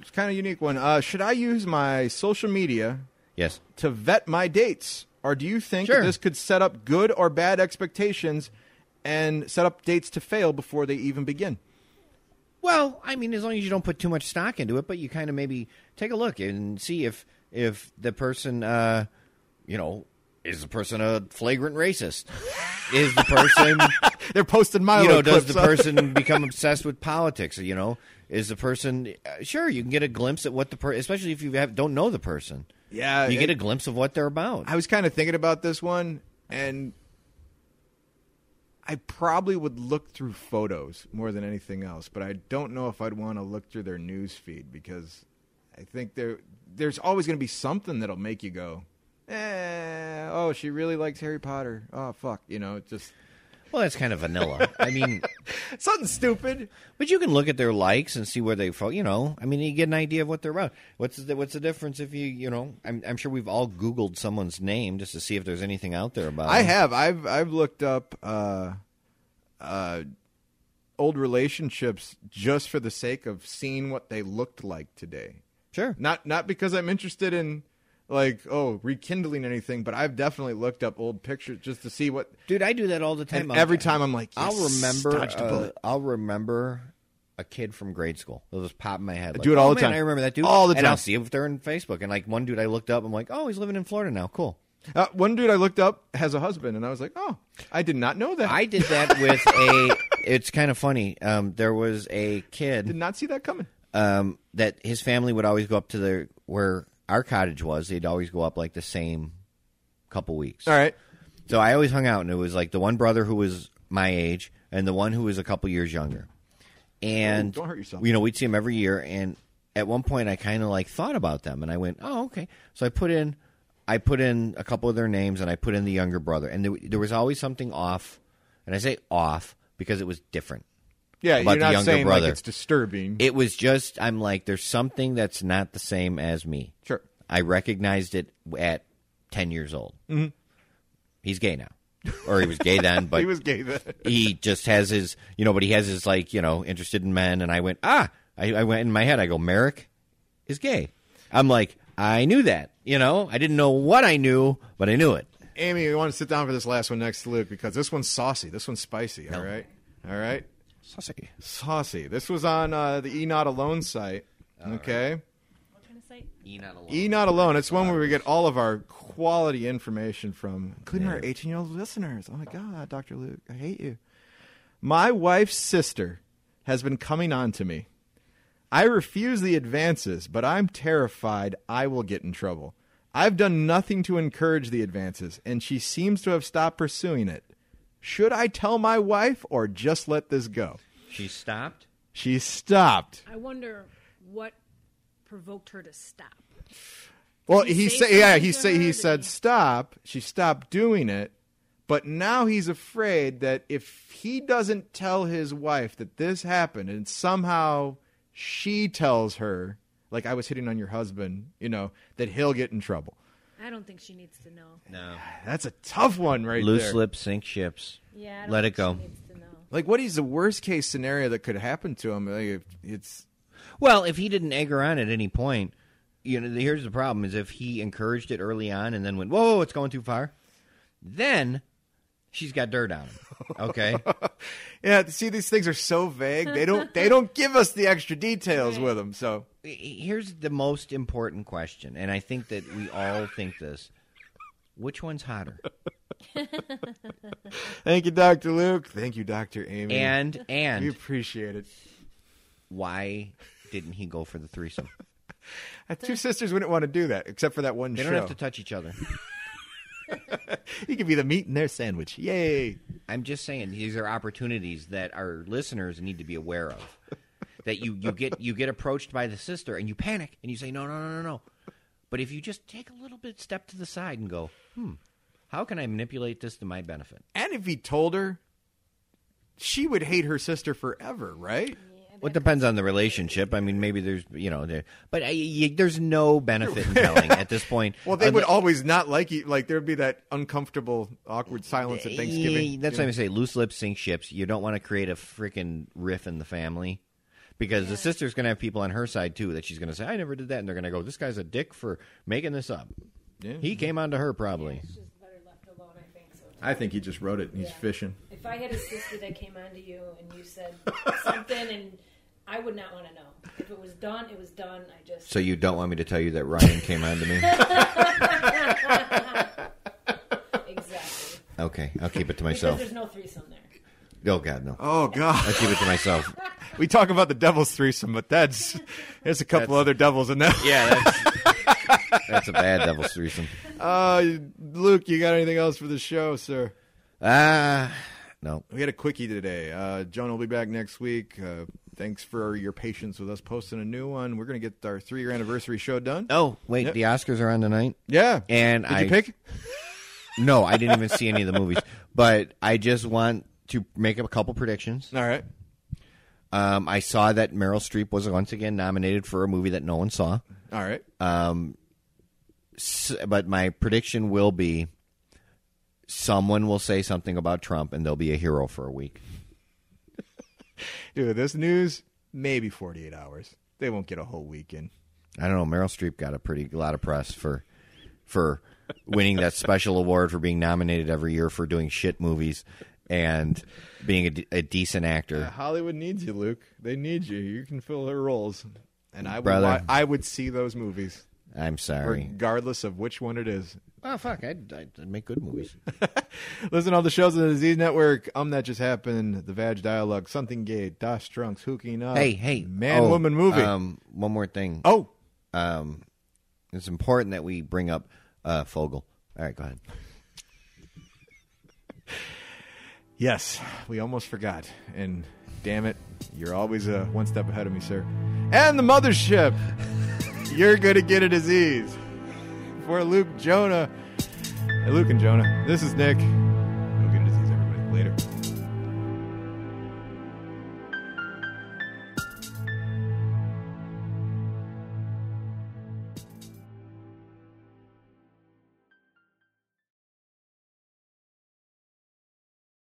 Speaker 1: It's kind of unique one. Uh, should I use my social media
Speaker 3: yes.
Speaker 1: to vet my dates? Or do you think
Speaker 3: Sure.
Speaker 1: this could set up good or bad expectations and set up dates to fail before they even begin?
Speaker 3: Well, I mean, as long as you don't put too much stock into it, but you kind of maybe take a look and see if if the person, uh, you know, is the person a flagrant racist? Is the person?
Speaker 1: They're posting Milo
Speaker 3: you know, does
Speaker 1: clips
Speaker 3: the
Speaker 1: up.
Speaker 3: person become obsessed with politics? You know, is the person uh, sure you can get a glimpse at what the person, especially if you have, don't know the person.
Speaker 1: Yeah,
Speaker 3: you
Speaker 1: Uh, it-
Speaker 3: get a glimpse of what they're about.
Speaker 1: I was kind of thinking about this one, and I probably would look through photos more than anything else, but I don't know if I'd want to look through their news feed because I think there there's always going to be something that'll make you go, eh, oh, she really likes Harry Potter. Oh, fuck. You know, it's just
Speaker 3: well, that's kind of vanilla. I mean,
Speaker 1: something stupid.
Speaker 3: but you can look at their likes and see where they fall. You know, I mean, you get an idea of what they're about. What's the what's the difference if you you know? I'm, I'm sure we've all Googled someone's name just to see if there's anything out there about.
Speaker 1: I
Speaker 3: them.
Speaker 1: have. I've I've looked up uh, uh, old relationships just for the sake of seeing what they looked like today.
Speaker 3: sure.
Speaker 1: Not not because I'm interested in like oh rekindling anything, but I've definitely looked up old pictures just to see what.
Speaker 3: Dude, I do that all the time.
Speaker 1: And
Speaker 3: I'll-
Speaker 1: every time I'm like,
Speaker 3: I'll
Speaker 1: yes,
Speaker 3: remember.
Speaker 1: dodged a
Speaker 3: uh,
Speaker 1: bullet.
Speaker 3: I'll remember a kid from grade school. It'll just pop in my head. Like,
Speaker 1: do it all
Speaker 3: "Oh,
Speaker 1: the
Speaker 3: man,
Speaker 1: time.
Speaker 3: I remember that dude
Speaker 1: All the
Speaker 3: And I'll
Speaker 1: time.
Speaker 3: see if they're in Facebook. And like one dude I looked up, I'm like, oh, he's living in Florida now. Cool.
Speaker 1: Uh, one dude I looked up has a husband, and I was like, oh, I did not know that.
Speaker 3: I did that with a. It's kind of funny. Um, there was a
Speaker 1: did
Speaker 3: kid
Speaker 1: not see that coming.
Speaker 3: um, that his family would always go up to their where our cottage was. They'd always go up like the same couple weeks.
Speaker 1: All right,
Speaker 3: So I always hung out, and it was like the one brother who was my age and the one who was a couple years younger. And
Speaker 1: Ooh, don't hurt yourself.
Speaker 3: You know, we'd see them every year, and at one point, I kind of like thought about them, and I went, "Oh, okay." So I put in, I put in a couple of their names, and I put in the younger brother, and there, there was always something off, and I say off because it was different.
Speaker 1: yeah,
Speaker 3: About
Speaker 1: you're
Speaker 3: the
Speaker 1: not
Speaker 3: younger
Speaker 1: saying
Speaker 3: brother.
Speaker 1: like it's disturbing.
Speaker 3: It was just I'm like, there's something that's not the same as me.
Speaker 1: Sure.
Speaker 3: I recognized it at ten years old. Mm-hmm. He's gay now, or he was gay then, but
Speaker 1: he was gay then.
Speaker 3: he just has his you know but he has his like you know interested in men and i went ah i, I went in my head i go merrick is gay i'm like i knew that you know i didn't know what i knew but i knew it
Speaker 1: Amy, we want to sit down for this last one next to Luke because this one's saucy. This one's spicy. All right, all right,
Speaker 3: saucy
Speaker 1: saucy. This was on uh, the E Not Alone site. okay.
Speaker 7: What kind of site?
Speaker 1: E Not Alone. It's one where we get all of our quality information from, including our 18 year old listeners. Oh my God, Dr. Luke, I hate you. My wife's sister has been coming on to me. I refuse the advances, but I'm terrified I will get in trouble. I've done nothing to encourage the advances, and she seems to have stopped pursuing it. Should I tell my wife or just let this go?
Speaker 3: She stopped.
Speaker 1: She stopped.
Speaker 7: I wonder what provoked her to stop.
Speaker 1: Well,
Speaker 7: Did he
Speaker 1: he
Speaker 7: say
Speaker 1: said, yeah, he
Speaker 7: something to
Speaker 1: said,
Speaker 7: her?
Speaker 1: he
Speaker 7: Did
Speaker 1: said,
Speaker 7: he-
Speaker 1: stop. She stopped doing it, but now he's afraid that if he doesn't tell his wife that this happened, and somehow she tells her, like I was hitting on your husband, you know, that he'll get in trouble.
Speaker 7: I don't think she needs to know.
Speaker 3: No.
Speaker 1: That's a tough one, right
Speaker 3: Loose
Speaker 1: there.
Speaker 3: lips sink ships.
Speaker 7: Yeah, I don't
Speaker 3: Let
Speaker 7: think
Speaker 3: it go.
Speaker 7: She needs to know.
Speaker 1: Like, what is the worst case scenario that could happen to him? Like, if it's
Speaker 3: Well, if he didn't egg her on at any point, you know, here's the problem: is if he encouraged it early on and then went, "Whoa, it's going too far," then she's got dirt on him. Okay,
Speaker 1: yeah. See, these things are so vague. They don't they don't give us the extra details
Speaker 7: Right.
Speaker 1: with them. So
Speaker 3: here's the most important question, and I think that we all think this: which one's hotter?
Speaker 1: thank you, Doctor Luke. Thank you, Doctor Amy.
Speaker 3: And
Speaker 1: We
Speaker 3: and
Speaker 1: appreciate it.
Speaker 3: why didn't he go for the threesome?
Speaker 1: Uh, Two sisters wouldn't want to do that, except for that one
Speaker 3: They
Speaker 1: show.
Speaker 3: don't have to touch each other.
Speaker 1: you could be the meat in their sandwich. Yay!
Speaker 3: I'm just saying these are opportunities that our listeners need to be aware of. That you, you get you get approached by the sister and you panic and you say no no no no no. But if you just take a little bit step to the side and go, hmm, how can I manipulate this to my benefit?
Speaker 1: And if he told her, she would hate her sister forever, right?
Speaker 3: Well, it depends on the relationship. I mean, maybe there's you know, there, but I, y there's no benefit in telling at this point. Um,
Speaker 1: Well, they would
Speaker 3: Unle-
Speaker 1: always not like you. Like there'd be that uncomfortable, awkward silence at Thanksgiving.
Speaker 3: Yeah, e,
Speaker 1: you
Speaker 3: that's what
Speaker 1: know?
Speaker 3: I'm saying. Loose lips sink ships. You don't want to create a freaking riff in the family because the sister's going to have people on her side too that she's going to say, "I never did that," and they're going to go, "This guy's a dick for making this up."
Speaker 1: Yeah.
Speaker 3: He came onto her probably.
Speaker 7: It's just better left alone, I think. So
Speaker 1: I think he just wrote it. and He's
Speaker 7: Yeah.
Speaker 1: fishing.
Speaker 7: if I had a sister that came onto you and you said something, and I would not want to know. If it was done, it was done. I just
Speaker 3: So you don't want me to tell you that Ryan came onto me?
Speaker 7: exactly
Speaker 3: Okay, I'll keep it to
Speaker 7: because
Speaker 3: myself.
Speaker 7: there's no threesome there.
Speaker 3: Oh God, no.
Speaker 1: Oh God!
Speaker 3: I'll keep it to myself.
Speaker 1: we talk about the devil's threesome, but that's there's a couple
Speaker 3: That's-
Speaker 1: other devils in that.
Speaker 3: Yeah, that's, that's a bad devil's threesome.
Speaker 1: Uh, Luke, you got anything else for the show, sir?
Speaker 3: Ah, no.
Speaker 1: We had a quickie today. Uh, John will be back next week. Uh, thanks for your patience with us posting a new one. We're going to get our three year anniversary show done.
Speaker 3: Oh wait,
Speaker 1: Yep.
Speaker 3: the Oscars are on tonight.
Speaker 1: Yeah.
Speaker 3: And
Speaker 1: Did
Speaker 3: I
Speaker 1: you pick?
Speaker 3: No, I didn't even see any of the movies. But I just want to make a couple predictions.
Speaker 1: All right.
Speaker 3: Um, I saw that Meryl Streep was once again nominated for a movie that no one saw.
Speaker 1: All right.
Speaker 3: Uh, S- but my prediction will be someone will say something about Trump and they'll be a hero for a week.
Speaker 1: Dude, this news, maybe 48 hours. They won't get a whole weekend.
Speaker 3: I don't know. Meryl Streep got a pretty lot of press for for winning that special award for being nominated every year for doing shit movies and being a, de- a decent actor.
Speaker 1: Hollywood needs you, Luke. They need you. You can fill their roles. And I would,
Speaker 3: Brother.
Speaker 1: wa- I would see those movies,
Speaker 3: I'm sorry.
Speaker 1: regardless of which one it is.
Speaker 3: Oh fuck! I'd, I'd make good movies.
Speaker 1: Listen to all the shows on the Disease Network. Um, That Just Happened, The Vag Dialogue, Something Gay, Dosh Drunks, Hooking Up.
Speaker 3: Hey, hey,
Speaker 1: Man,
Speaker 3: oh,
Speaker 1: Woman Movie.
Speaker 3: Um, one more thing.
Speaker 1: oh,
Speaker 3: Um, it's important that we bring up uh, Fogel. All right, go ahead.
Speaker 1: Yes, we almost forgot. And damn it, you're always uh, one step ahead of me, sir. And the mothership! you're going to get a disease. For Luke Jonah. Luke and Jonah. This is Nick. Go get a disease, everybody. Later.